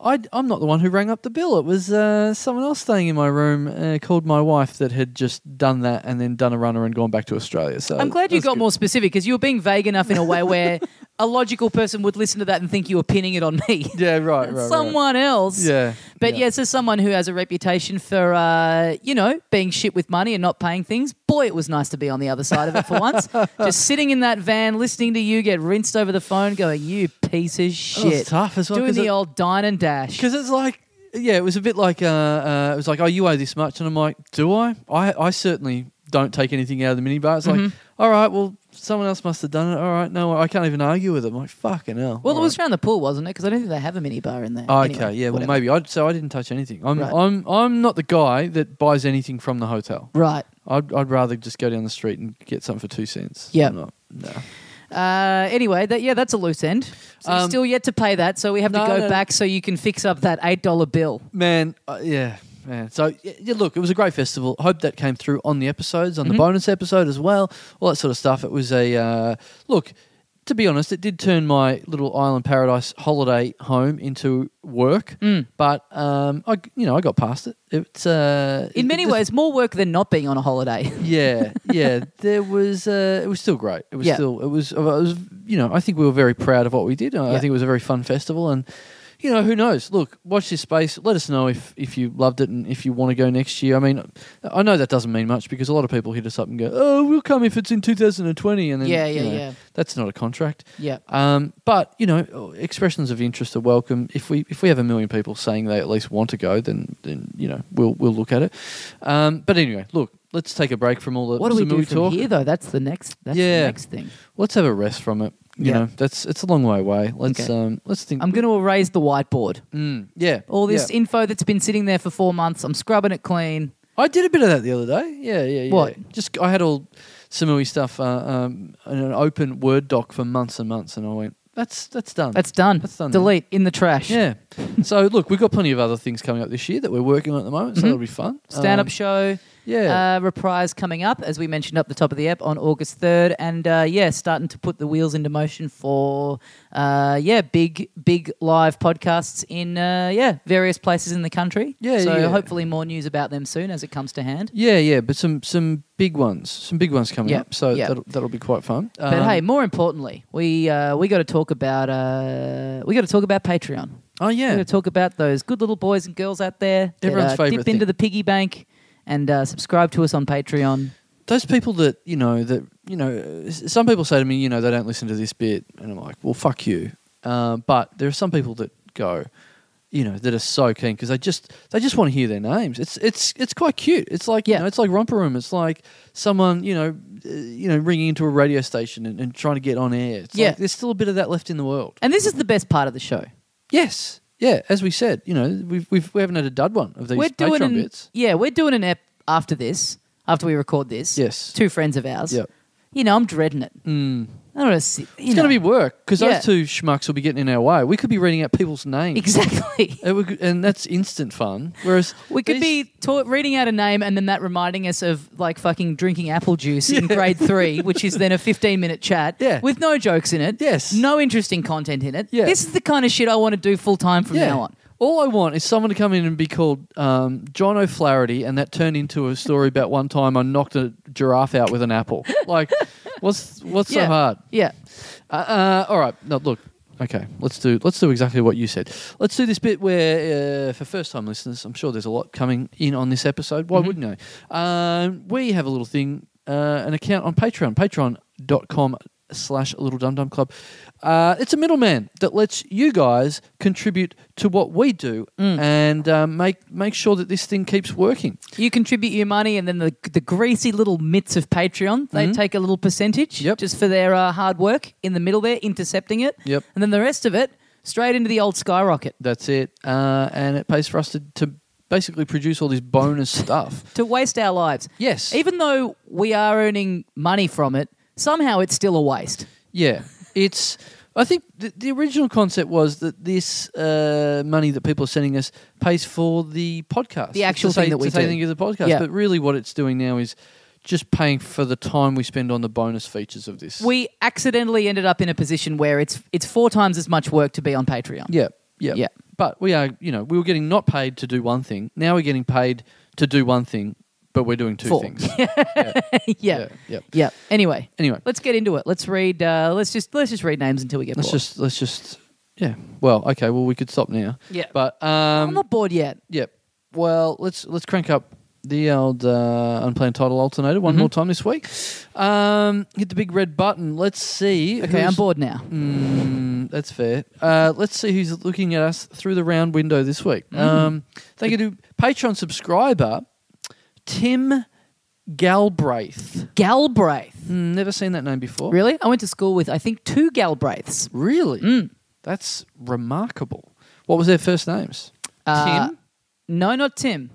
B: I, I'm not the one who rang up the bill. It was uh, someone else staying in my room uh, called my wife that had just done that and then done a runner and gone back to Australia. So
A: I'm glad you
B: that's
A: got
B: good.
A: more specific because you were being vague enough in a way where a logical person would listen to that and think you were pinning it on me.
B: Yeah, right, right. right.
A: someone else.
B: Yeah,
A: But
B: yeah.
A: yeah, so someone who has a reputation for, uh, you know, being shit with money and not paying things, boy, it was nice to be on the other side of it for once. Just sitting in that van, listening to you get rinsed over the phone, going, you piece of
B: That was
A: shit.
B: tough as well.
A: Doing
B: 'cause
A: the
B: it-
A: old dine and dash.
B: Because it's like yeah, it was a bit like uh, uh, it was like, oh, you owe this much, and I'm like, do I? I I certainly don't take anything out of the minibar. It's like,
A: Mm-hmm.
B: all right, well, someone else must have done it. All right, no, I can't even argue with them. Like, fucking hell.
A: Well,
B: All
A: it was
B: right.
A: around the pool, wasn't it? Because I don't think they have a mini bar in there.
B: Oh,
A: Anyway,
B: okay, yeah, well,
A: whatever.
B: maybe. I so I didn't touch anything. I'm
A: Right.
B: I'm I'm not the guy that buys anything from the hotel.
A: Right.
B: I'd I'd rather just go down the street and get something for two cents.
A: Yeah.
B: I'm not- No.
A: Uh, anyway, that yeah, that's a loose end. So you're
B: Um,
A: still yet to pay that, so we have
B: no,
A: to go
B: no.
A: back so you can fix up that eight dollar bill.
B: Man, uh, yeah, man. So y- yeah, look, it was a great festival. Hope that came through on the episodes,
A: Mm-hmm.
B: on the bonus episode as well, all that sort of stuff. It was a uh, look. To be honest, it did turn my little island paradise holiday home into work,
A: Mm.
B: but um, I, g- you know, I got past it. It's uh,
A: In
B: it-
A: many
B: it just-
A: ways, more work than not being on a holiday.
B: yeah, yeah. There was uh, it was still great. It was
A: Yeah.
B: still it was it was you know I think we were very proud of what we did. I
A: Yeah.
B: think it was a very fun festival, and you know who knows. Look, watch this space. Let us know if if you loved it and if you want to go next year. I mean, I know that doesn't mean much because a lot of people hit us up and go, "Oh, we'll come if it's in 2020," and then
A: Yeah,
B: you
A: yeah,
B: know,
A: yeah.
B: That's not a contract.
A: yeah.
B: Um, but you know, expressions of interest are welcome. If we if we have a million people saying they at least want to go, then then you know we'll we'll look at it. Um, but anyway, look, let's take a break from all the
A: What do we
B: Samui
A: do from
B: talk.
A: here, though? That's the next. That's
B: Yeah.
A: the next thing.
B: Let's have a rest from it. You
A: Yeah.
B: know, that's it's a long way away. Let's
A: Okay.
B: um let's think.
A: I'm going to erase the whiteboard.
B: Mm, yeah,
A: All this
B: yeah.
A: info that's been sitting there for four months. I'm scrubbing it clean.
B: I did a bit of that the other day. Yeah, yeah, yeah.
A: What?
B: Just I had all Samui stuff uh, um, in an open Word doc for months and months, and I went, that's that's done.
A: That's done.
B: That's done,
A: Delete in the trash.
B: Yeah. so look, we've got plenty of other things coming up this year that we're working on at the moment, so that'll be fun.
A: Stand up
B: Um,
A: show.
B: Yeah.
A: Mm-hmm. Uh, reprise coming up, as we mentioned up the top of the app on August 3rd. And uh, yeah, starting to put the wheels into motion for, uh, yeah, big, big live podcasts in, uh, yeah, various places in the country.
B: Yeah,
A: So
B: yeah.
A: hopefully more news about them soon as it comes to hand.
B: yeah, yeah, but some some big ones, some big ones coming
A: Yeah,
B: up. So
A: yeah.
B: that'll that'll be quite fun.
A: But
B: Um,
A: hey, more importantly, we uh, we got to talk about uh, we got to talk about Patreon.
B: oh
A: We
B: yeah,
A: got to talk about those good little boys and girls out there. that,
B: Everyone's
A: uh,
B: favourite
A: Dip into
B: thing.
A: the piggy bank and uh, subscribe to us on Patreon.
B: those people that you know that you know. s- Some people say to me, you know, they don't listen to this bit, and I'm like, well, fuck you. Uh, but there are some people that go, you know, that are so keen because they just they just want to hear their names. It's it's it's quite cute. It's like you
A: Yeah.
B: know, it's like romper room. It's like someone you know, uh, you know, ringing into a radio station and, and trying to get on air. It's
A: Yeah.
B: like, there's still a bit of that left in the world.
A: And this is the best part of the show.
B: Yes. Yeah, as we said, you know, we've, we've we haven't had a dud one of these
A: we're doing
B: Patreon
A: an,
B: bits.
A: yeah, we're doing an ep after this, after we record this.
B: Yes.
A: two friends of ours.
B: Yep.
A: you know, I'm dreading it. Mm. I don't want to see.
B: It's going to be work because
A: Yeah.
B: those two schmucks will be getting in our way. We could be reading out people's names,
A: exactly.
B: It would- and that's instant fun. Whereas
A: We could
B: these-
A: be taught reading out a name and then that reminding us of like fucking drinking apple juice in grade three, which is then a 15 minute chat
B: Yeah.
A: with no jokes in it.
B: Yes.
A: No interesting content in it.
B: Yeah.
A: This is the kind of shit I want to do full time from
B: yeah.
A: now on.
B: All I want is someone to come in and be called um, John O'Flaherty, and that turned into a story about one time I knocked a giraffe out with an apple. Like, what's what's
A: Yeah.
B: so hard?
A: Yeah.
B: Uh, uh, all right. No, look. Okay, let's do let's do exactly what you said. Let's do this bit where, uh, for first time listeners, I'm sure there's a lot coming in on this episode. Why wouldn't I? Um, we have a little thing, uh, an account on Patreon, patreon.com slash little dum dum club. Uh, it's a middleman that lets you guys contribute to what we do and um, make make sure that this thing keeps working.
A: You contribute your money, and then the, the greasy little mitts of Patreon, they take a little percentage
B: Mm-hmm. Yep.
A: just for their uh, hard work in the middle there, intercepting it.
B: Yep.
A: And then the rest of it straight into the old skyrocket
B: That's it. Uh, and it pays for us to, to basically produce all this bonus stuff.
A: to waste our lives.
B: Yes.
A: Even though we are earning money from it, somehow it's still a waste.
B: Yeah, it's. I think the, the original concept was that this uh, money that people are sending us pays for the podcast,
A: The actual
B: to say,
A: thing that we
B: to say
A: do.
B: thank you to the podcast.
A: Yeah.
B: But really, what it's doing now is just paying for the time we spend on the bonus features of this.
A: We accidentally ended up in a position where it's it's four times as much work to be on Patreon.
B: yeah, yeah,
A: Yeah.
B: But we are, you know, we were getting not paid to do one thing. Now we're getting paid to do one thing, but we're doing two
A: Four.
B: things.
A: yeah.
B: yeah,
A: yeah,
B: yeah.
A: Anyway,
B: Anyway,
A: let's get into it. Let's read. Uh, let's just let's just read names until we get
B: let's
A: bored.
B: just let's just yeah. Well, okay. Well, we could stop now.
A: Yeah.
B: But um,
A: I'm not bored yet.
B: Yep. Well, let's let's crank up the old uh, unplanned title alternator
A: Mm-hmm.
B: one more time this week. Um, hit the big red button. Let's see.
A: Okay,
B: who's-
A: I'm bored now.
B: Mm, Um, that's fair. Uh, let's see who's looking at us through the round window this week.
A: Mm.
B: Um, thank you to Patreon subscriber Tim Galbraith.
A: Galbraith.
B: Mm, Never seen that name before.
A: Really? I went to school with, I think, two Galbraiths.
B: Really?
A: Mm.
B: That's remarkable. What was their first names?
A: Uh,
B: Tim.
A: No, not Tim.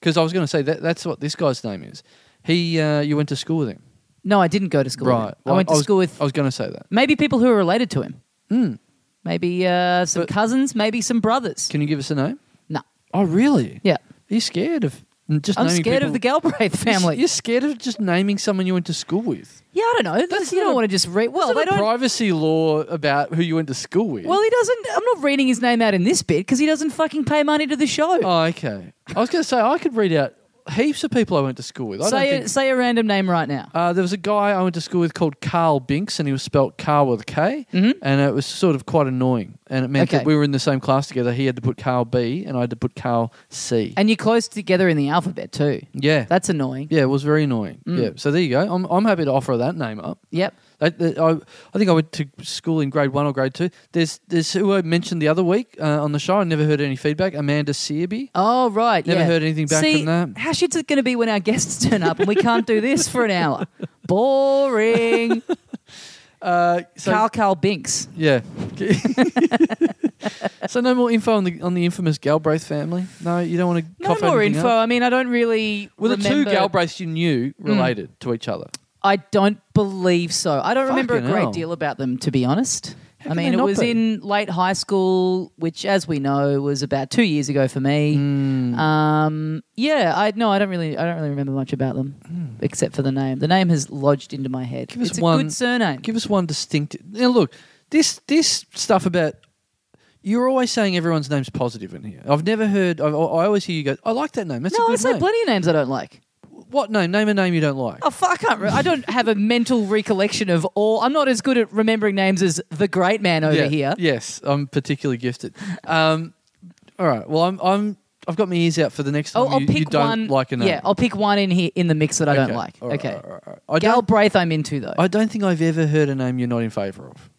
B: Because I was going to say that that's what this guy's name is. He, uh, you went to school with him,
A: No, I didn't go to school with
B: right?
A: him. I went to
B: was, Hmm.
A: school with
B: I was going to say that.
A: maybe people who are related to him. Maybe uh, some cousins, maybe some brothers.
B: Can you give us a name?
A: no.
B: Oh, really?
A: Yeah.
B: Are you scared of just?
A: I'm
B: naming
A: scared of
B: people-
A: the Galbraith family.
B: You're scared of just naming someone you went to school with.
A: yeah, I don't know. you
B: not
A: don't
B: a-
A: want to just read. Well,
B: Isn't
A: they
B: there
A: don't.
B: privacy law about who you went to school with.
A: Well, he doesn't. I'm not reading his name out in this bit because he doesn't fucking pay money to the show.
B: oh, okay. I was going to say I could read out heaps of people I went to school with. I
A: say,
B: don't
A: a,
B: think,
A: say a random name right now.
B: uh, there was a guy I went to school with called Carl Binks, and he was spelt Carl with a K, and it was sort of quite annoying. And it meant
A: Mm-hmm. Okay.
B: that we were in the same class together. He had to put Carl B, and I had to put Carl C.
A: and you're close together in the alphabet too.
B: yeah,
A: That's annoying.
B: yeah, it was very annoying.
A: Mm.
B: Yeah, so there you go. I'm I'm happy to offer that name up.
A: Yep.
B: That, that- I, I think I went to school in grade one or grade two. There's there's who I mentioned the other week uh, on the show. I never heard any feedback. Amanda Searby.
A: Oh right.
B: Never
A: yeah.
B: heard anything back
A: See,
B: from that.
A: How shit's it going to be when our guests turn up and we can't do this for an hour? Boring.
B: Uh, so,
A: Carl Carl Binks.
B: Yeah. so no more info on the on the infamous Galbraith family. No, you don't want to.
A: No
B: cough
A: more
B: anything
A: info.
B: Up.
A: I mean, I don't really.
B: Were the two
A: remember-
B: Galbraiths you knew related to each other?
A: I don't believe so. I don't remember a
B: Fucking
A: great
B: hell.
A: deal about them, to be honest. I
B: can
A: mean,
B: they
A: it
B: not
A: was
B: be?
A: in late high school, which, as we know, was about two years ago for me. Um, yeah, I no, I don't really, I don't really remember much about them, except for the name. The name has lodged into my head.
B: Give us
A: it's a
B: one-
A: good surname.
B: Give us one distinct. Now look, this this stuff about you're always saying everyone's name's positive in here. I've never heard. I, I always hear you go. I like that name. That's a
A: no,
B: good
A: I say
B: name."
A: plenty of names I don't like.
B: What name? Name a name you don't like.
A: Oh fuck! I can't. Re- I don't have a mental recollection of all. I'm not as good at remembering names as the great man over
B: yeah,
A: here.
B: Yes, I'm particularly gifted. Um, all right. Well, I'm. I'm. I've got my ears out for the next time
A: Oh, I'll, I'll
B: you,
A: pick
B: you don't
A: one.
B: like a name.
A: Yeah, I'll pick one in here in the mix that I don't
B: Okay,
A: like.
B: all right,
A: okay,
B: all right, all right. I don't-
A: Galbraith, I'm into though.
B: I don't think I've ever heard a name you're not in favour of.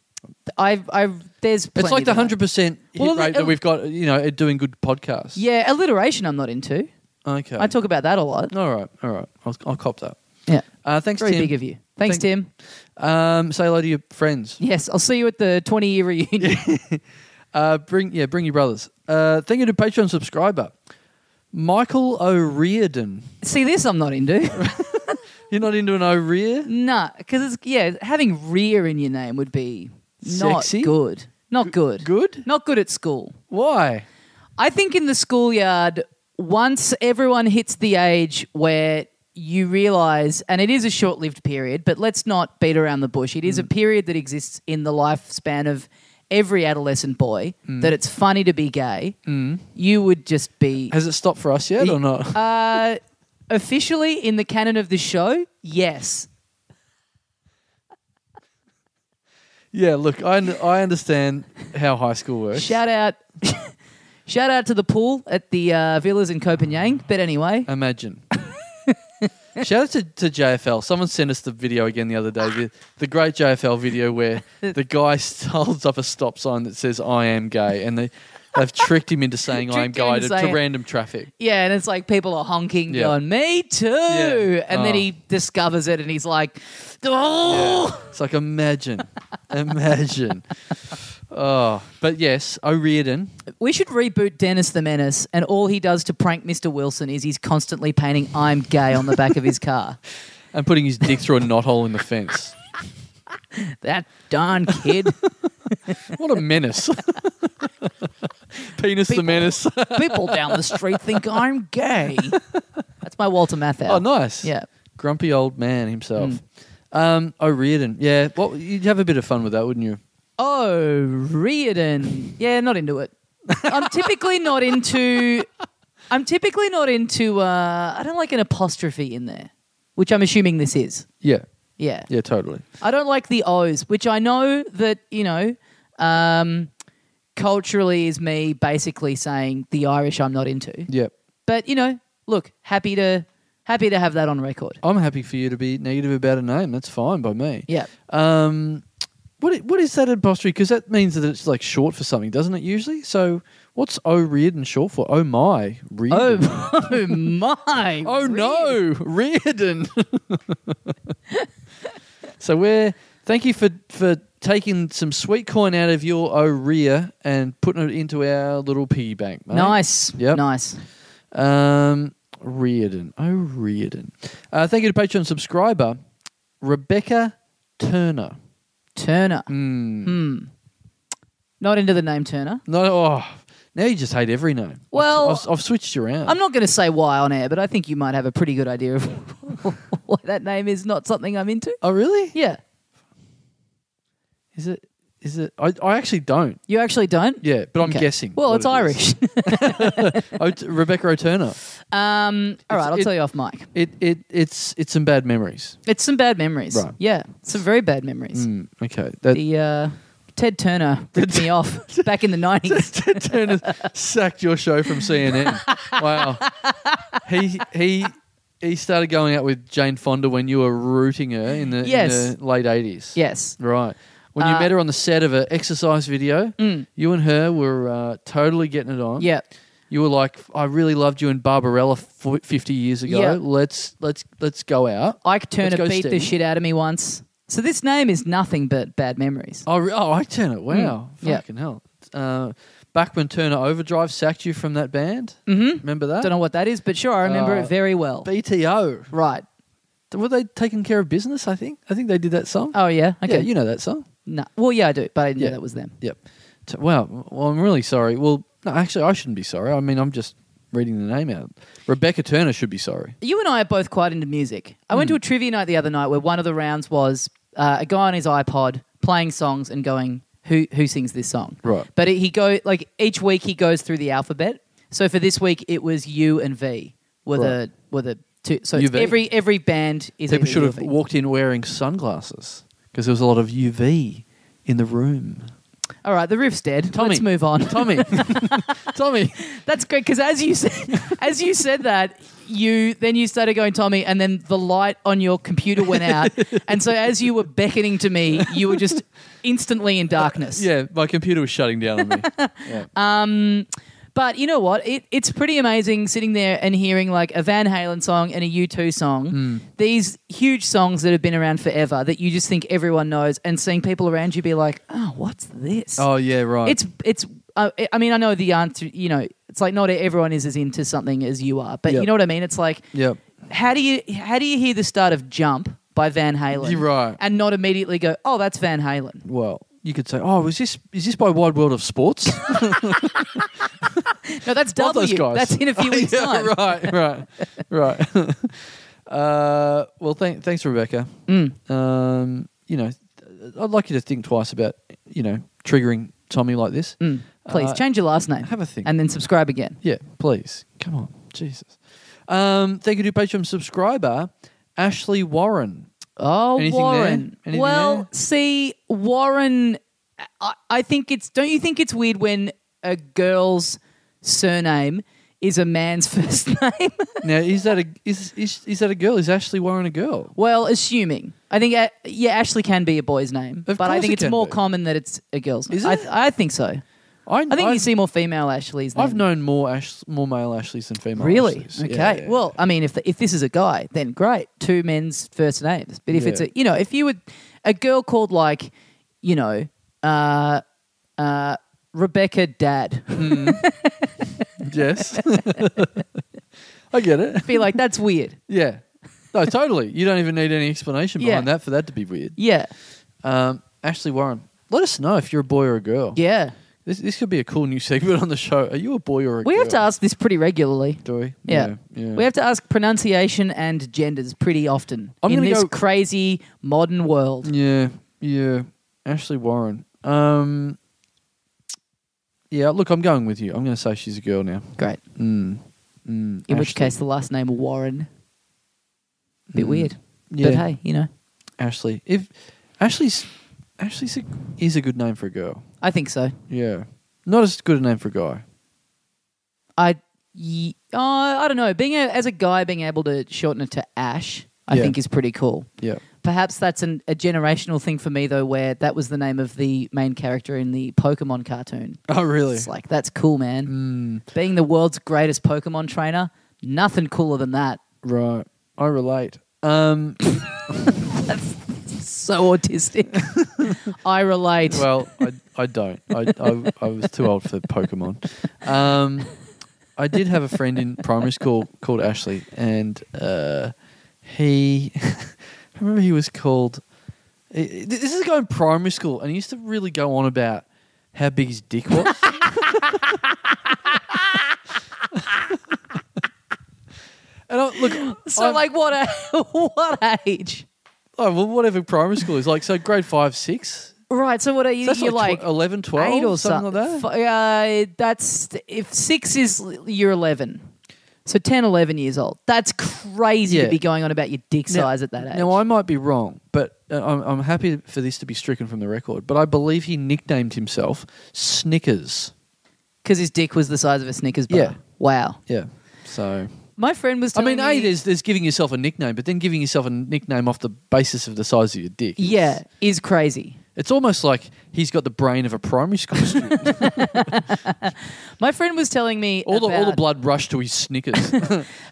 A: I, I, there's
B: It's
A: plenty
B: like the
A: that I-
B: hundred percent hit
A: Well, uh,
B: rate
A: it'll-
B: that we've got. You know, at doing good podcasts.
A: Yeah, alliteration. I'm not into.
B: Okay.
A: I talk about that a lot.
B: All right. All right. I'll, I'll cop that.
A: Yeah,
B: Uh, thanks,
A: very
B: Tim.
A: big of you. Thanks,
B: Thank-
A: Tim.
B: Um, say hello to your friends.
A: Yes, I'll see you at the 20 year reunion.
B: Uh, bring yeah, bring your brothers. Uh, thank you to Patreon subscriber Michael O'Riordan.
A: see this? I'm not into.
B: You're not into an O'Rear?
A: nah, because it's yeah, having rear in your name would be not
B: Sexy?
A: good. Not good.
B: good?
A: Not good at school.
B: Why?
A: I think in the schoolyard, once everyone hits the age where you realize, and it is a short lived period, but let's not beat around the bush. It is a period that exists in the lifespan of every adolescent boy that it's funny to be gay. You would just be.
B: Has it stopped for us yet or not?
A: Uh, officially, in the canon of the show, yes.
B: yeah. Look, I un- I understand how high school works.
A: Shout out. Shout out to the pool at the uh, villas in Copenhagen. But anyway,
B: Imagine. Shout out to, to JFL. Someone sent us the video again the other day. The, the great JFL video where the guy s- holds up a stop sign that says "I am gay," and they they've tricked him into saying "I am
A: Tricked him
B: gay"
A: into
B: to,
A: saying
B: to
A: it.
B: random traffic.
A: Yeah, and it's like people are honking,
B: Yeah.
A: going, "Me too,"
B: Yeah.
A: and then
B: Oh.
A: he discovers it, and he's like, "Oh,
B: It's like imagine, imagine. Oh, but yes, O'Riordan.
A: we should reboot Dennis the Menace." And all he does to prank Mr. Wilson is he's constantly painting "I'm gay" on the back of his car.
B: and putting his dick through a knot hole in the fence.
A: That darn kid.
B: What a menace! Penis the menace.
A: people down the street think I'm gay. That's my Walter Matthau.
B: oh, nice.
A: Yeah.
B: grumpy old man himself. Um, O'Riordan. Yeah, well, you'd have a bit of fun with that, wouldn't you?
A: Oh, Riordan. Yeah, not into it. I'm typically not into. I'm typically not into. Uh, I don't like an apostrophe in there, which I'm assuming this is.
B: Yeah,
A: Yeah.
B: yeah, totally.
A: I don't like the O's, which I know that, you know, um, culturally is me basically saying the Irish I'm not into.
B: Yeah,
A: But, you know, look, happy to happy to have that on record.
B: I'm happy for you to be negative about a name. That's fine by me.
A: Yeah.
B: Um, What i- what is that impostery? Because that means that it's like short for something, doesn't it? Usually, so what's O Reardon short for? Oh my Reardon.
A: Oh, oh my!
B: Oh no, Reardon. so we're thank you for for taking some sweet coin out of your O'Rea and putting it into our little piggy bank. Mate.
A: Nice.
B: Yep.
A: Nice.
B: Um, Reardon. Oh, Reardon. Uh, thank you to Patreon subscriber Rebecca Turner.
A: Turner. Hmm. Not into the name Turner.
B: No, oh, now you just hate every name. I've-
A: Well-
B: I've, I've switched you around.
A: I'm not going to say why on air, but I think you might have a pretty good idea of why that name is not something I'm into.
B: Oh, really?
A: Yeah.
B: Is it? Is it? I, I actually don't.
A: You actually don't?
B: Yeah, but I'm
A: Okay.
B: guessing.
A: Well, it's
B: what it is.
A: Irish.
B: Oh, t- Rebecca O'Turner.
A: um, all right, I'll
B: it-
A: tell you off mic.
B: It it it's it's some bad memories.
A: It's some bad memories.
B: Right.
A: Yeah, some very bad memories.
B: Mm, okay, that
A: The uh, Ted Turner ripped me off back in the 90s.
B: Ted Turner sacked your show from CNN. wow, he he he started going out with Jane Fonda when you were rooting her in the, in
A: Yes.
B: the late eighties.
A: yes.
B: right. When you
A: Uh, Mm.
B: met her on the set of an exercise video, you and her were uh, totally getting it on.
A: Yeah.
B: you were like, "I really loved you in Barbarella f- fifty years ago.
A: Yeah.
B: Let's let's let's go out."
A: Ike Turner
B: go
A: beat the
B: steady.
A: shit out of me once. So this name is nothing but bad memories.
B: Oh, re- oh, I Turner. Wow.
A: Mm, yeah.
B: Fucking hell. Uh, back when Turner Overdrive sacked you from that band. Mm-hmm. Remember that?
A: Don't know what that is, but sure, I remember
B: Uh,
A: it very well.
B: BTO.
A: right.
B: Were they taking care of business? I think. I think they did that song.
A: Oh, yeah? Okay.
B: Yeah, you know that song.
A: no. Well, yeah, I do, but I didn't
B: Yeah.
A: know that was them.
B: Yep. T- Wow. Well, I'm really sorry. Well, no, actually, I shouldn't be sorry. I mean, I'm just reading the name out. Rebecca Turner should be sorry.
A: You and I are both quite into music. I
B: Hmm.
A: went to a trivia night the other night where one of the rounds was uh, a guy on his iPod playing songs and going, "Who who sings this song?"
B: Right.
A: But it, he go like each week he goes through the alphabet. So for this week it was U and V were the
B: Right.
A: were the two. So it's
B: UV.
A: every every band is
B: People
A: either
B: should
A: U
B: have
A: or V.
B: walked in wearing sunglasses because there was a lot of UV in the room.
A: All right, the riff's dead.
B: Tommy.
A: Let's move on.
B: Tommy. Tommy.
A: That's great because as you said, as you said that, you then you started going, Tommy, and then the light on your computer went out, and so as you were beckoning to me, you were just instantly in darkness.
B: Yeah, my computer was shutting down on me. Yeah.
A: But you know what? It, it's pretty amazing sitting there and hearing like a Van Halen song and a U2 song.
B: Hmm.
A: These huge songs that have been around forever that you just think everyone knows, and seeing people around you be like, "Oh, what's this?"
B: oh yeah, right.
A: It's it's. Uh, I mean, I know the answer. You know, it's like not everyone is as into something as you are, but
B: Yep.
A: you know what I mean. It's like,
B: Yep.
A: how do you how do you hear the start of Jump by Van Halen?
B: You're right.
A: and not immediately go, oh, that's Van Halen.
B: Well, you could say, "Oh, is this is this by Wide World of Sports?"
A: No, that's W.
B: Love those guys.
A: That's in a few weeks'
B: yeah,
A: time.
B: Right, right, right. uh, well, thank, thanks, Rebecca.
A: Mm.
B: Um, you know, I'd like you to think twice about you know triggering Tommy like this.
A: Mm. Please
B: Uh,
A: change your last name.
B: have a think.
A: and then subscribe again.
B: Yeah, please. Come on, Jesus. Um, thank you to Patreon subscriber Ashley Warren.
A: Oh,
B: Anything there?
A: Warren.
B: Anything
A: well,
B: there?
A: see, Warren, I, I think it's. Don't you think it's weird when a girl's surname is a man's first name?
B: Now, is that a is, is is that a girl? Is Ashley Warren a girl?
A: well, assuming. I think, uh, yeah, Ashley can be a boy's name.
B: Of
A: but I
B: course
A: think
B: it
A: it's
B: can
A: more
B: be.
A: common that it's a girl's name.
B: Is
A: I,
B: it?
A: I think so. I think
B: I've,
A: you see more female Ashleys than.
B: I've known more Ash, more male Ashleys than female.
A: Really?
B: Ashleys.
A: Okay.
B: Yeah, yeah,
A: Well, I mean, if the, if this is a guy, then great, two men's first names. But if it's
B: Yeah.
A: a, you know, if you would, a girl called like, you know, uh, uh, Rebecca Dad,
B: Yes. I get it.
A: be like, that's weird.
B: Yeah. No, totally. You don't even need any explanation behind
A: Yeah.
B: that for that to be weird.
A: Yeah.
B: Um, Ashley Warren, let us know if you're a boy or a girl.
A: Yeah.
B: This, this could be a cool new segment on the show. Are you a boy or a girl?
A: We have to ask this pretty regularly.
B: Do we?
A: Yeah.
B: Yeah.
A: We have to ask pronunciation and genders pretty often
B: I'm
A: in
B: gonna
A: this
B: go-
A: crazy modern world.
B: Yeah. Yeah. Ashley Warren. Um, yeah, look, I'm going with you. I'm going to say she's a girl now.
A: Great.
B: Mm. Mm.
A: In which
B: Ashley.
A: case, the last name Warren. Bit weird.
B: Mm. Yeah.
A: But hey, you know,
B: Ashley. If Ashley's Ashley's a, is a good name for a girl.
A: I think so.
B: Yeah. Not as good a name for a guy.
A: I, y- uh, I don't know. Being a, as a guy, being able to shorten it to Ash, I
B: Yeah.
A: think is pretty cool.
B: Yeah.
A: Perhaps that's an, a generational thing for me, though, where that was the name of the main character in the Pokemon cartoon.
B: Oh, really?
A: It's like, that's cool, man.
B: Mm.
A: Being the world's greatest Pokemon trainer, nothing cooler than that.
B: Right. I relate. Um,
A: So autistic. I relate.
B: well, I, I don't. I, I, I was too old for Pokemon. Um, I did have a friend in primary school called Ashley, and uh, he, I remember he was called. i- i- This is a guy in primary school, and he used to really go on about how big his dick was. and I, look,
A: so,
B: I'm-
A: like, what, a, what age?
B: oh, well, whatever primary school is like. So grade five, six.
A: Right, so what are you?
B: So that's
A: you're like,
B: tw- 11, 12,
A: eight or
B: something like that.
A: F- uh, that's if six is l- year 11. So 10, 11 years old. That's crazy
B: Yeah.
A: to be going on about your dick
B: Now-
A: size at that age.
B: Now I might be wrong, but uh, I'm, I'm happy for this to be stricken from the record. But I believe he nicknamed himself Snickers.
A: Because his dick was the size of a Snickers bar.
B: Yeah.
A: Wow.
B: Yeah. So
A: My friend was
B: I
A: telling
B: mean,
A: me,
B: a there's there's giving yourself a nickname, but then giving yourself a nickname off the basis of the size of your dick. is-
A: yeah, is crazy.
B: It's almost like he's got the brain of a primary school student.
A: My friend was telling me
B: all the all the
A: about-
B: blood rushed to his Snickers.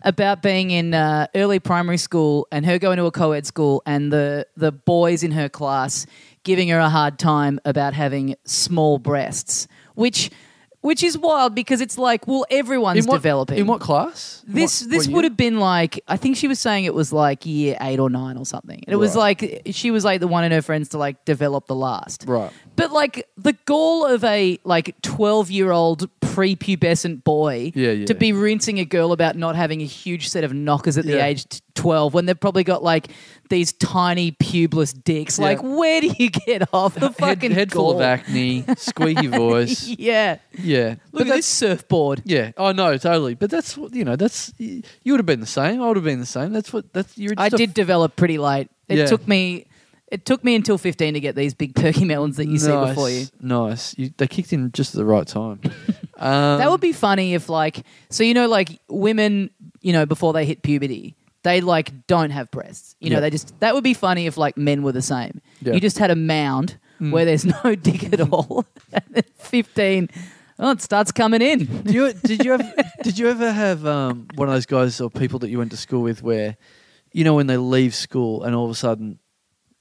A: about being in uh, early primary school and her going to a co-ed school and the the boys in her class giving her a hard time about having small breasts, which which is wild because it's like, well, everyone's
B: in what,
A: developing.
B: In what class?
A: this
B: What-
A: this
B: what
A: would
B: year?
A: have been like I think she was saying it was like year eight or nine or something, and it was like she was like the one in her friends to like develop the last.
B: Right.
A: But like the goal of a like twelve year old prepubescent boy
B: Yeah, yeah.
A: to be rinsing a girl about not having a huge set of knockers at the
B: Yeah.
A: age t- twelve when they've probably got like these tiny pubeless dicks.
B: Yeah.
A: Like where do you get off the
B: head,
A: fucking
B: head full of
A: gall?
B: acne, squeaky voice.
A: Yeah.
B: Yeah,
A: Look
B: But
A: at that
B: this-
A: surfboard.
B: Yeah. Oh no, totally. But that's what you know. That's you would have been the same. I would have been the same. That's what that's you're.
A: I
B: just a-
A: did develop pretty late. It
B: Yeah.
A: took me it took me until 15 to get these big perky melons that you see
B: Nice,
A: before you.
B: Nice. You, they kicked in just at the right time. Um,
A: that would be funny if like so you know like women, you know, before they hit puberty, they like don't have breasts. You know,
B: Yeah.
A: they just that would be funny if like men were the same.
B: Yeah. Mm.
A: You just had a mound where there's no dick at all. and at 15 Oh, it starts coming in.
B: Do you, did you have, did you ever have um, one of those guys or people that you went to school with where, you know, when they leave school and all of a sudden,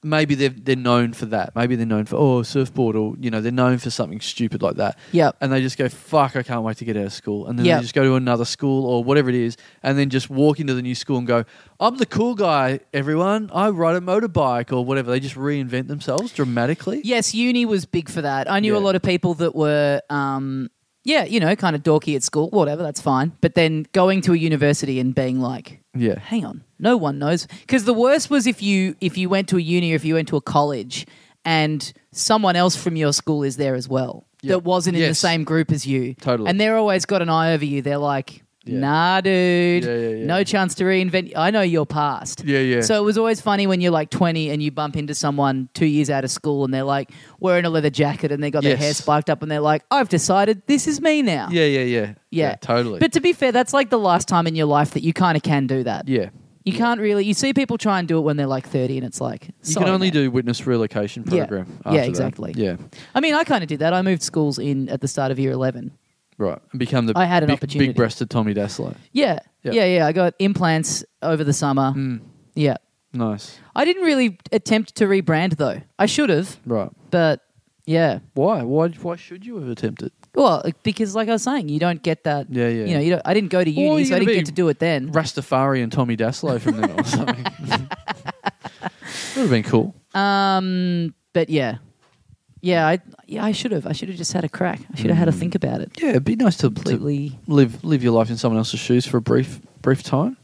B: maybe they're they're known for that. Maybe they're known for oh surfboard or you know they're known for something stupid like that.
A: Yep.
B: And they just go fuck, I can't wait to get out of school. And then
A: Yep.
B: they just go to another school or whatever it is, and then just walk into the new school and go, I'm the cool guy, everyone. I ride a motorbike or whatever. They just reinvent themselves dramatically.
A: Yes, uni was big for that. I knew
B: Yeah.
A: a lot of people that were, um, yeah, you know, kind of dorky at school, whatever, that's fine. But then going to a university and being like,
B: Yeah.
A: hang on, no one knows. Because the worst was if you if you went to a uni or if you went to a college and someone else from your school is there as well
B: Yeah.
A: that wasn't in the
B: Yes.
A: same group as you.
B: Totally.
A: And they're always got an eye over you. They're like,
B: Yeah.
A: nah, dude,
B: Yeah, yeah, yeah.
A: no chance to reinvent. I know your past.
B: Yeah, yeah.
A: So it was always funny when you're like 20 and you bump into someone two years out of school and they're like wearing a leather jacket and they got their
B: Yes.
A: hair spiked up and they're like, I've decided this is me now.
B: Yeah, yeah, yeah.
A: Yeah.
B: totally.
A: But to be fair, that's like the last time in your life that you kind of can do that.
B: yeah.
A: You can't really. You see people try and do it when they're like 30 and it's like.
B: You can only do witness relocation
A: Yeah.
B: program.
A: Yeah,
B: After that.
A: exactly.
B: Yeah,
A: I mean, I kind of did that. I moved schools in at the start of year 11.
B: right. And become the
A: I had an
B: big,
A: opportunity.
B: big-breasted Tommy Daslow.
A: Yeah.
B: Yeah. Mm.
A: Yeah, yeah. I got implants over the summer. Yeah.
B: Nice.
A: I didn't really attempt to rebrand though. I should have,
B: Right.
A: but yeah.
B: Why? Why? Why should you have attempted?
A: Well, because like I was saying, you don't get that.
B: Yeah, yeah.
A: You know, you don't, I didn't go to uni,
B: you're
A: so I
B: gonna
A: didn't
B: be
A: get to do it then.
B: Rastafari and Tommy Daslow from then on. or something. Would have been cool.
A: But yeah, yeah, I yeah, I should have. I should have just had a crack. I should have had a think about it.
B: Yeah, it'd be nice to, to
A: Completely.
B: live live your life in someone else's shoes for a brief brief time.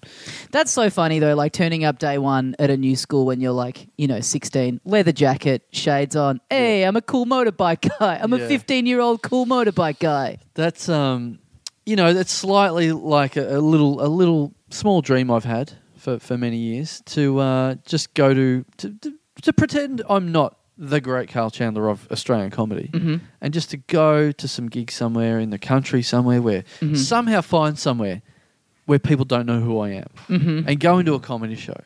A: That's so funny though. Like turning up day one at a new school when you're like, you know, sixteen, leather jacket, shades on. Hey, I'm a cool motorbike guy. I'm
B: Yeah.
A: a fifteen-year-old cool motorbike guy.
B: That's um, you know, that's slightly like a, a little a little small dream I've had for, for many years to uh, just go to, to to to pretend I'm not the great Carl Chandler of Australian comedy, and just to go to some gig somewhere in the country somewhere where somehow find somewhere where people don't know who I am, and go into a comedy show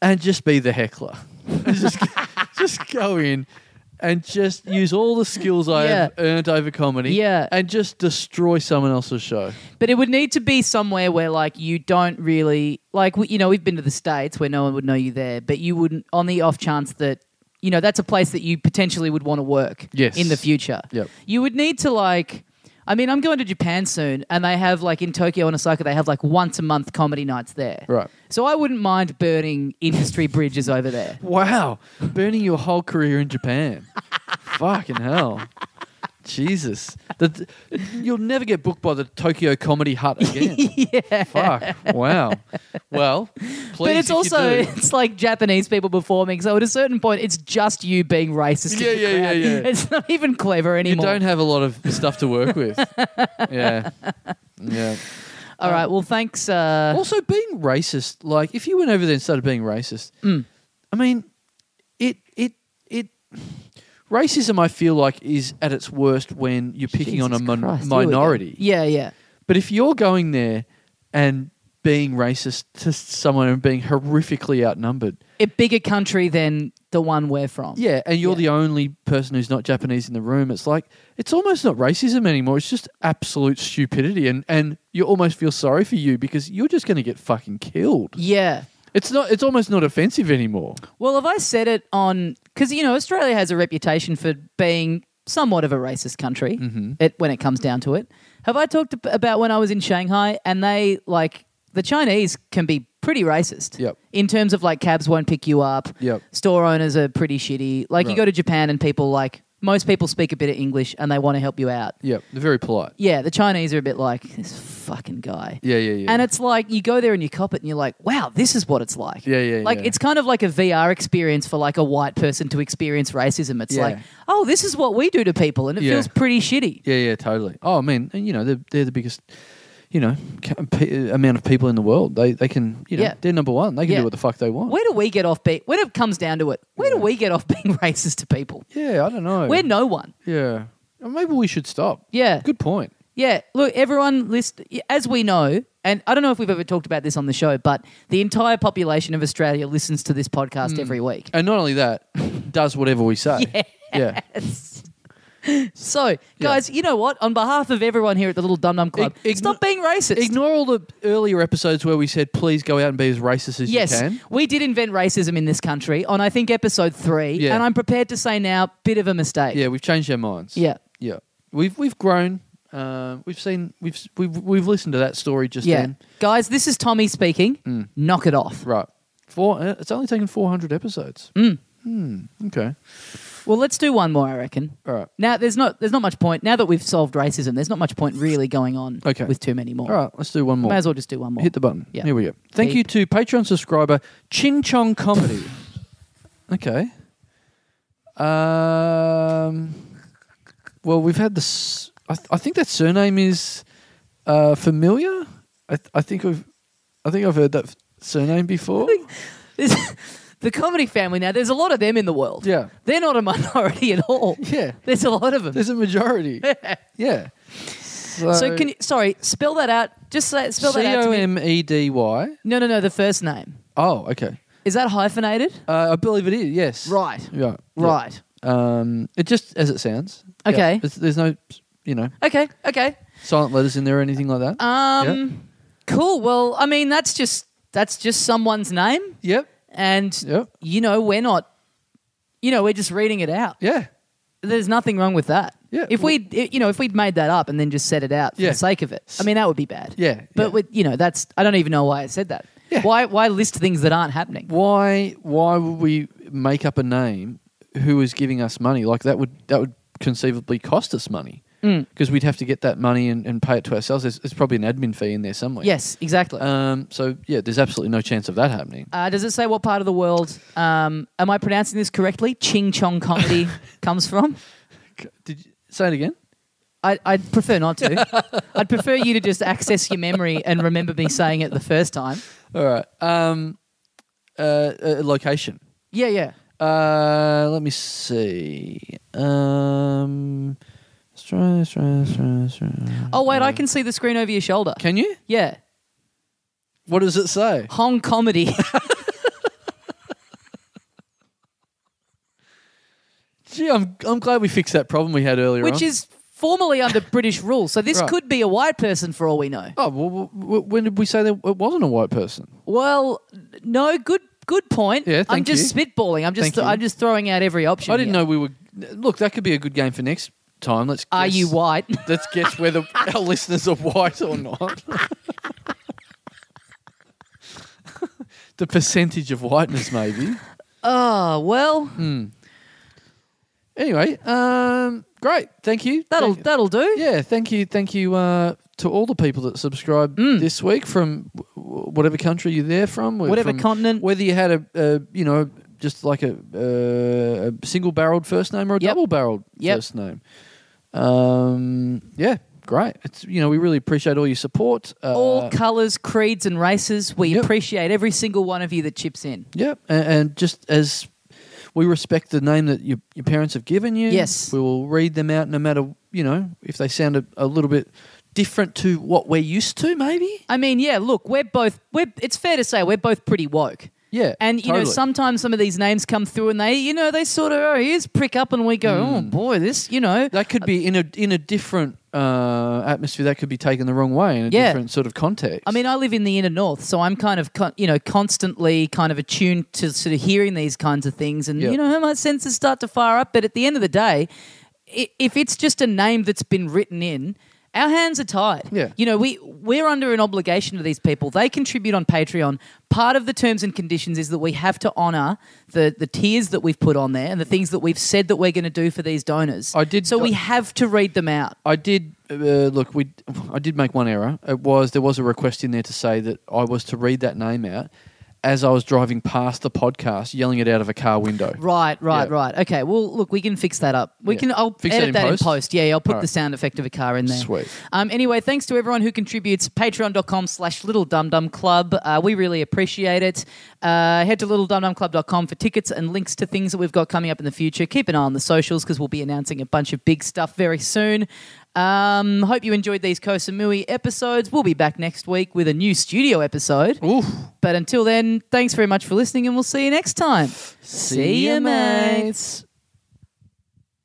B: and just be the heckler. just, just go in and just use all the skills I have
A: Yeah.
B: earned over comedy
A: Yeah.
B: and just destroy someone else's show.
A: But it would need to be somewhere where, like, you don't really like. We, you know, we've been to the states where no one would know you there, but you wouldn't. On the off chance that you know that's a place that you potentially would want to work
B: Yes.
A: in the future.
B: Yep.
A: You would need to like. I mean, I'm going to Japan soon, and they have like in Tokyo and Osaka, they have like once a month comedy nights there.
B: Right.
A: So I wouldn't mind burning industry bridges over there.
B: Wow, burning your whole career in Japan. Fucking hell. Jesus. The, you'll never get booked by the Tokyo Comedy Hut again. Fuck. Wow. Well, please.
A: But
B: if
A: it's
B: you
A: also
B: do-
A: it's like Japanese people performing. So at a certain point, it's just you being racist. in
B: Yeah,
A: the
B: yeah,
A: crowd.
B: yeah, yeah.
A: It's not even clever
B: you
A: anymore.
B: don't have a lot of stuff to work with. yeah. Yeah.
A: All right. Well, thanks. Uh,
B: Also, being racist, like if you went over there and started being racist,
A: Mm.
B: I mean, it it it racism. I feel like is at its worst when you're picking on a
A: Jesus
B: mon-
A: Christ, here we go.
B: minority.
A: Yeah, yeah.
B: But if you're going there and being racist to someone and being horrifically outnumbered,
A: A bigger country than the one we're from.
B: yeah, and you're
A: Yeah.
B: the only person who's not Japanese in the room, it's like it's almost not racism anymore. It's just absolute stupidity, and and you almost feel sorry for you because you're just going to get fucking killed.
A: Yeah.
B: It's not. It's almost not offensive anymore.
A: Well, have I said it on because you know Australia has a reputation for being somewhat of a racist country
B: Mm-hmm.
A: it, when it comes down to it. Have I talked ab- about when I was in Shanghai and they like the Chinese can be pretty racist.
B: Yep.
A: In terms of like cabs won't pick you up.
B: Yep.
A: Store owners are pretty shitty. Like you
B: Right.
A: go to Japan and people like most people speak a bit of English and they want to help you out.
B: Yep, they're very polite.
A: Yeah, the Chinese are a bit like this fucking guy.
B: Yeah, yeah, yeah.
A: And it's like you go there and you cop it and you're like, wow, this is what it's like.
B: Yeah, yeah,
A: Like
B: yeah.
A: it's kind of like a VR experience for like a white person to experience racism. It's
B: Yeah.
A: like, oh, this is what we do to people and it
B: Yeah.
A: feels pretty shitty.
B: yeah, yeah, totally. Oh, I mean, and, you know, they're, they're the biggest, you know, ca- pe- amount of people in the world. They they can, you know,
A: Yeah.
B: they're number one. They can
A: Yeah.
B: do what the fuck they want.
A: Where do we get off being when it comes down to it, where do we get off being racist to people?
B: yeah, I don't know.
A: We're no one.
B: yeah, Well, maybe we should stop.
A: Yeah.
B: good point.
A: Yeah, look, everyone list as we know, and I don't know if we've ever talked about this on the show, but the entire population of Australia listens to this podcast
B: Hmm.
A: every week.
B: And not only that, does whatever we say. Yeah. yeah.
A: So, guys, you know what? On behalf of everyone here at the Little Dum Dum Club,
B: Ig- igno-
A: stop being racist.
B: Ignore all the earlier episodes where we said, please go out and be as racist as
A: yes,
B: you can.
A: we did invent racism in this country on, I think, episode three.
B: Yeah.
A: And I'm prepared to say now, bit of a mistake.
B: Yeah, we've changed our minds.
A: Yeah.
B: yeah. We've we've grown. Uh, we've seen. We've s- we've we've listened to that story just
A: Yeah.
B: then.
A: Guys, this is Tommy speaking. Knock it off.
B: Mm. Right. Four. uh, It's only taken four hundred episodes. Hmm. Okay.
A: Well, let's do one more, I reckon.
B: All right.
A: Now, there's not there's not much point. Now that we've solved racism, there's not much point really going on
B: Okay.
A: with too many more.
B: All right. Let's do one more.
A: May as well just do one more.
B: Hit the button.
A: Yeah.
B: Here we go. Thank
A: Beep.
B: you to Patreon subscriber Chin Chong Comedy. okay. Um. Well, we've had this. I, th- I think that surname is uh, familiar. I, th- I think I've, I think I've heard that f- surname before.
A: This- the comedy family now, there's a lot of them in the world.
B: Yeah.
A: They're not a minority at all.
B: Yeah.
A: There's a lot of them.
B: There's a majority. yeah.
A: So can you, sorry, spell that out. Just say, spell
B: C
A: that out
B: O
A: to me.
B: M E D Y.
A: No, no, no, the first name.
B: Oh, okay.
A: Is that hyphenated?
B: Uh, I believe it is. Yes.
A: Right.
B: Yeah.
A: Right.
B: Yeah. Um, it just as it sounds. Yeah.
A: Okay.
B: It's- There's no, you know,
A: Okay, okay.
B: silent letters in there or anything like that.
A: Um cool. Well, I mean that's just that's just someone's name
B: Yep.
A: and
B: Yep.
A: you know, we're not you know, we're just reading it out.
B: Yeah.
A: There's nothing wrong with that.
B: Yeah,
A: If
B: well-
A: we you know, if we'd made that up and then just said it out for
B: Yeah.
A: the sake of it. I mean that would be bad.
B: Yeah,
A: But
B: yeah.
A: with you know, that's I don't even know why I said that.
B: Yeah.
A: Why why list things that aren't happening?
B: Why? Why would we make up a name who is giving us money? Like that would that would conceivably cost us money
A: Mm.
B: because we'd have to get that money and, and pay it to ourselves. There's, there's probably an admin fee in there somewhere.
A: Yes, exactly.
B: Um. So yeah, there's absolutely no chance of that happening.
A: Uh, does it say what part of the world? Um, am I pronouncing this correctly? Ching Chong comedy comes from.
B: Did you say it again?
A: I, I'd prefer not to. I'd prefer you to just access your memory and remember me saying it the first time.
B: All right. Um. Uh. uh location.
A: Yeah, yeah.
B: Uh, let me see. Um, let's try, let's try, let's try, let's try.
A: Oh wait, I can see the screen over your shoulder.
B: Can you?
A: yeah,
B: What does it say?
A: Hong comedy.
B: Gee, I'm, I'm glad we fixed that problem we had earlier
A: which
B: on.
A: is formally under British rule. So this
B: Right.
A: could be a white person for all we know.
B: Oh, well, w- w- when did we say that it wasn't a white person?
A: Well, no, good good point.
B: Yeah,
A: I'm
B: thank
A: just
B: you.
A: spitballing. I'm just
B: Thank you.
A: I'm just throwing out every option.
B: I didn't
A: here.
B: know we were. Look, that could be a good game for next time. Let's.
A: Are you
B: guess-
A: white?
B: Let's guess whether our listeners are white or not. the percentage of whiteness, maybe.
A: oh, well,
B: Anyway, um, great. Thank you.
A: that'll
B: Thank-
A: that'll do.
B: yeah, thank you, thank you uh, to all the people that subscribed
A: Mm.
B: this week from w- w- whatever country you're there from, wh-
A: Whatever
B: from-
A: continent.
B: whether you had a, a you know just like a, uh, a single-barreled first name or a
A: Yep.
B: double-barreled
A: Yep.
B: first name. Um, yeah, great. It's you know we really appreciate all your support. Uh,
A: All colours, creeds, and races. We
B: Yep.
A: appreciate every single one of you that chips in.
B: Yeah, and, and just as we respect the name that your, your parents have given you,
A: Yes.
B: we will read them out no matter you know if they sound a, a little bit different to what we're used to, maybe.
A: I mean, yeah. Look, we're both. We're. It's fair to say we're both pretty woke.
B: Yeah,
A: And you know,
B: totally.
A: sometimes some of these names come through, and they, you know, they sort of oh, here's prick up, and we go,
B: Hmm.
A: oh boy, this, you know,
B: that could be in a in a different uh, atmosphere. That could be taken the wrong way in a
A: Yeah.
B: different sort of context.
A: I mean, I live in the inner north, so I'm kind of, con- you know, constantly kind of attuned to sort of hearing these kinds of things, and
B: Yeah.
A: you know, my senses start to fire up. But at the end of the day, i- if it's just a name that's been written in, our hands are tied.
B: Yeah.
A: You know, we we're under an obligation to these people. They contribute on Patreon. Part of the terms and conditions is that we have to honour the the tears that we've put on there and the things that we've said that we're going to do for these donors.
B: I did-
A: So we have to read them out.
B: I did uh, look. We I did make one error. It was there was a request in there to say that I was to read that name out as I was driving past the podcast, yelling it out of a car window.
A: Right, right,
B: Yeah.
A: right. Okay. Well, look, we can fix that up. We
B: Yeah.
A: can. I'll
B: Fix that
A: edit
B: in
A: that in post.
B: post?
A: Yeah, yeah, I'll put
B: All right.
A: the sound effect of a car in there.
B: Sweet.
A: Um, anyway, thanks to everyone who contributes. Patreon.com/slash Little Dum Dum Club. Uh, we really appreciate it. Uh, head to littledumdumclub.com for tickets and links to things that we've got coming up in the future. Keep an eye on the socials because we'll be announcing a bunch of big stuff very soon. Um, hope you enjoyed these Kosamui episodes. We'll be back next week with a new studio episode.
B: Oof.
A: But until then, thanks very much for listening, and we'll see you next time. See
B: ya,
A: ya, mates.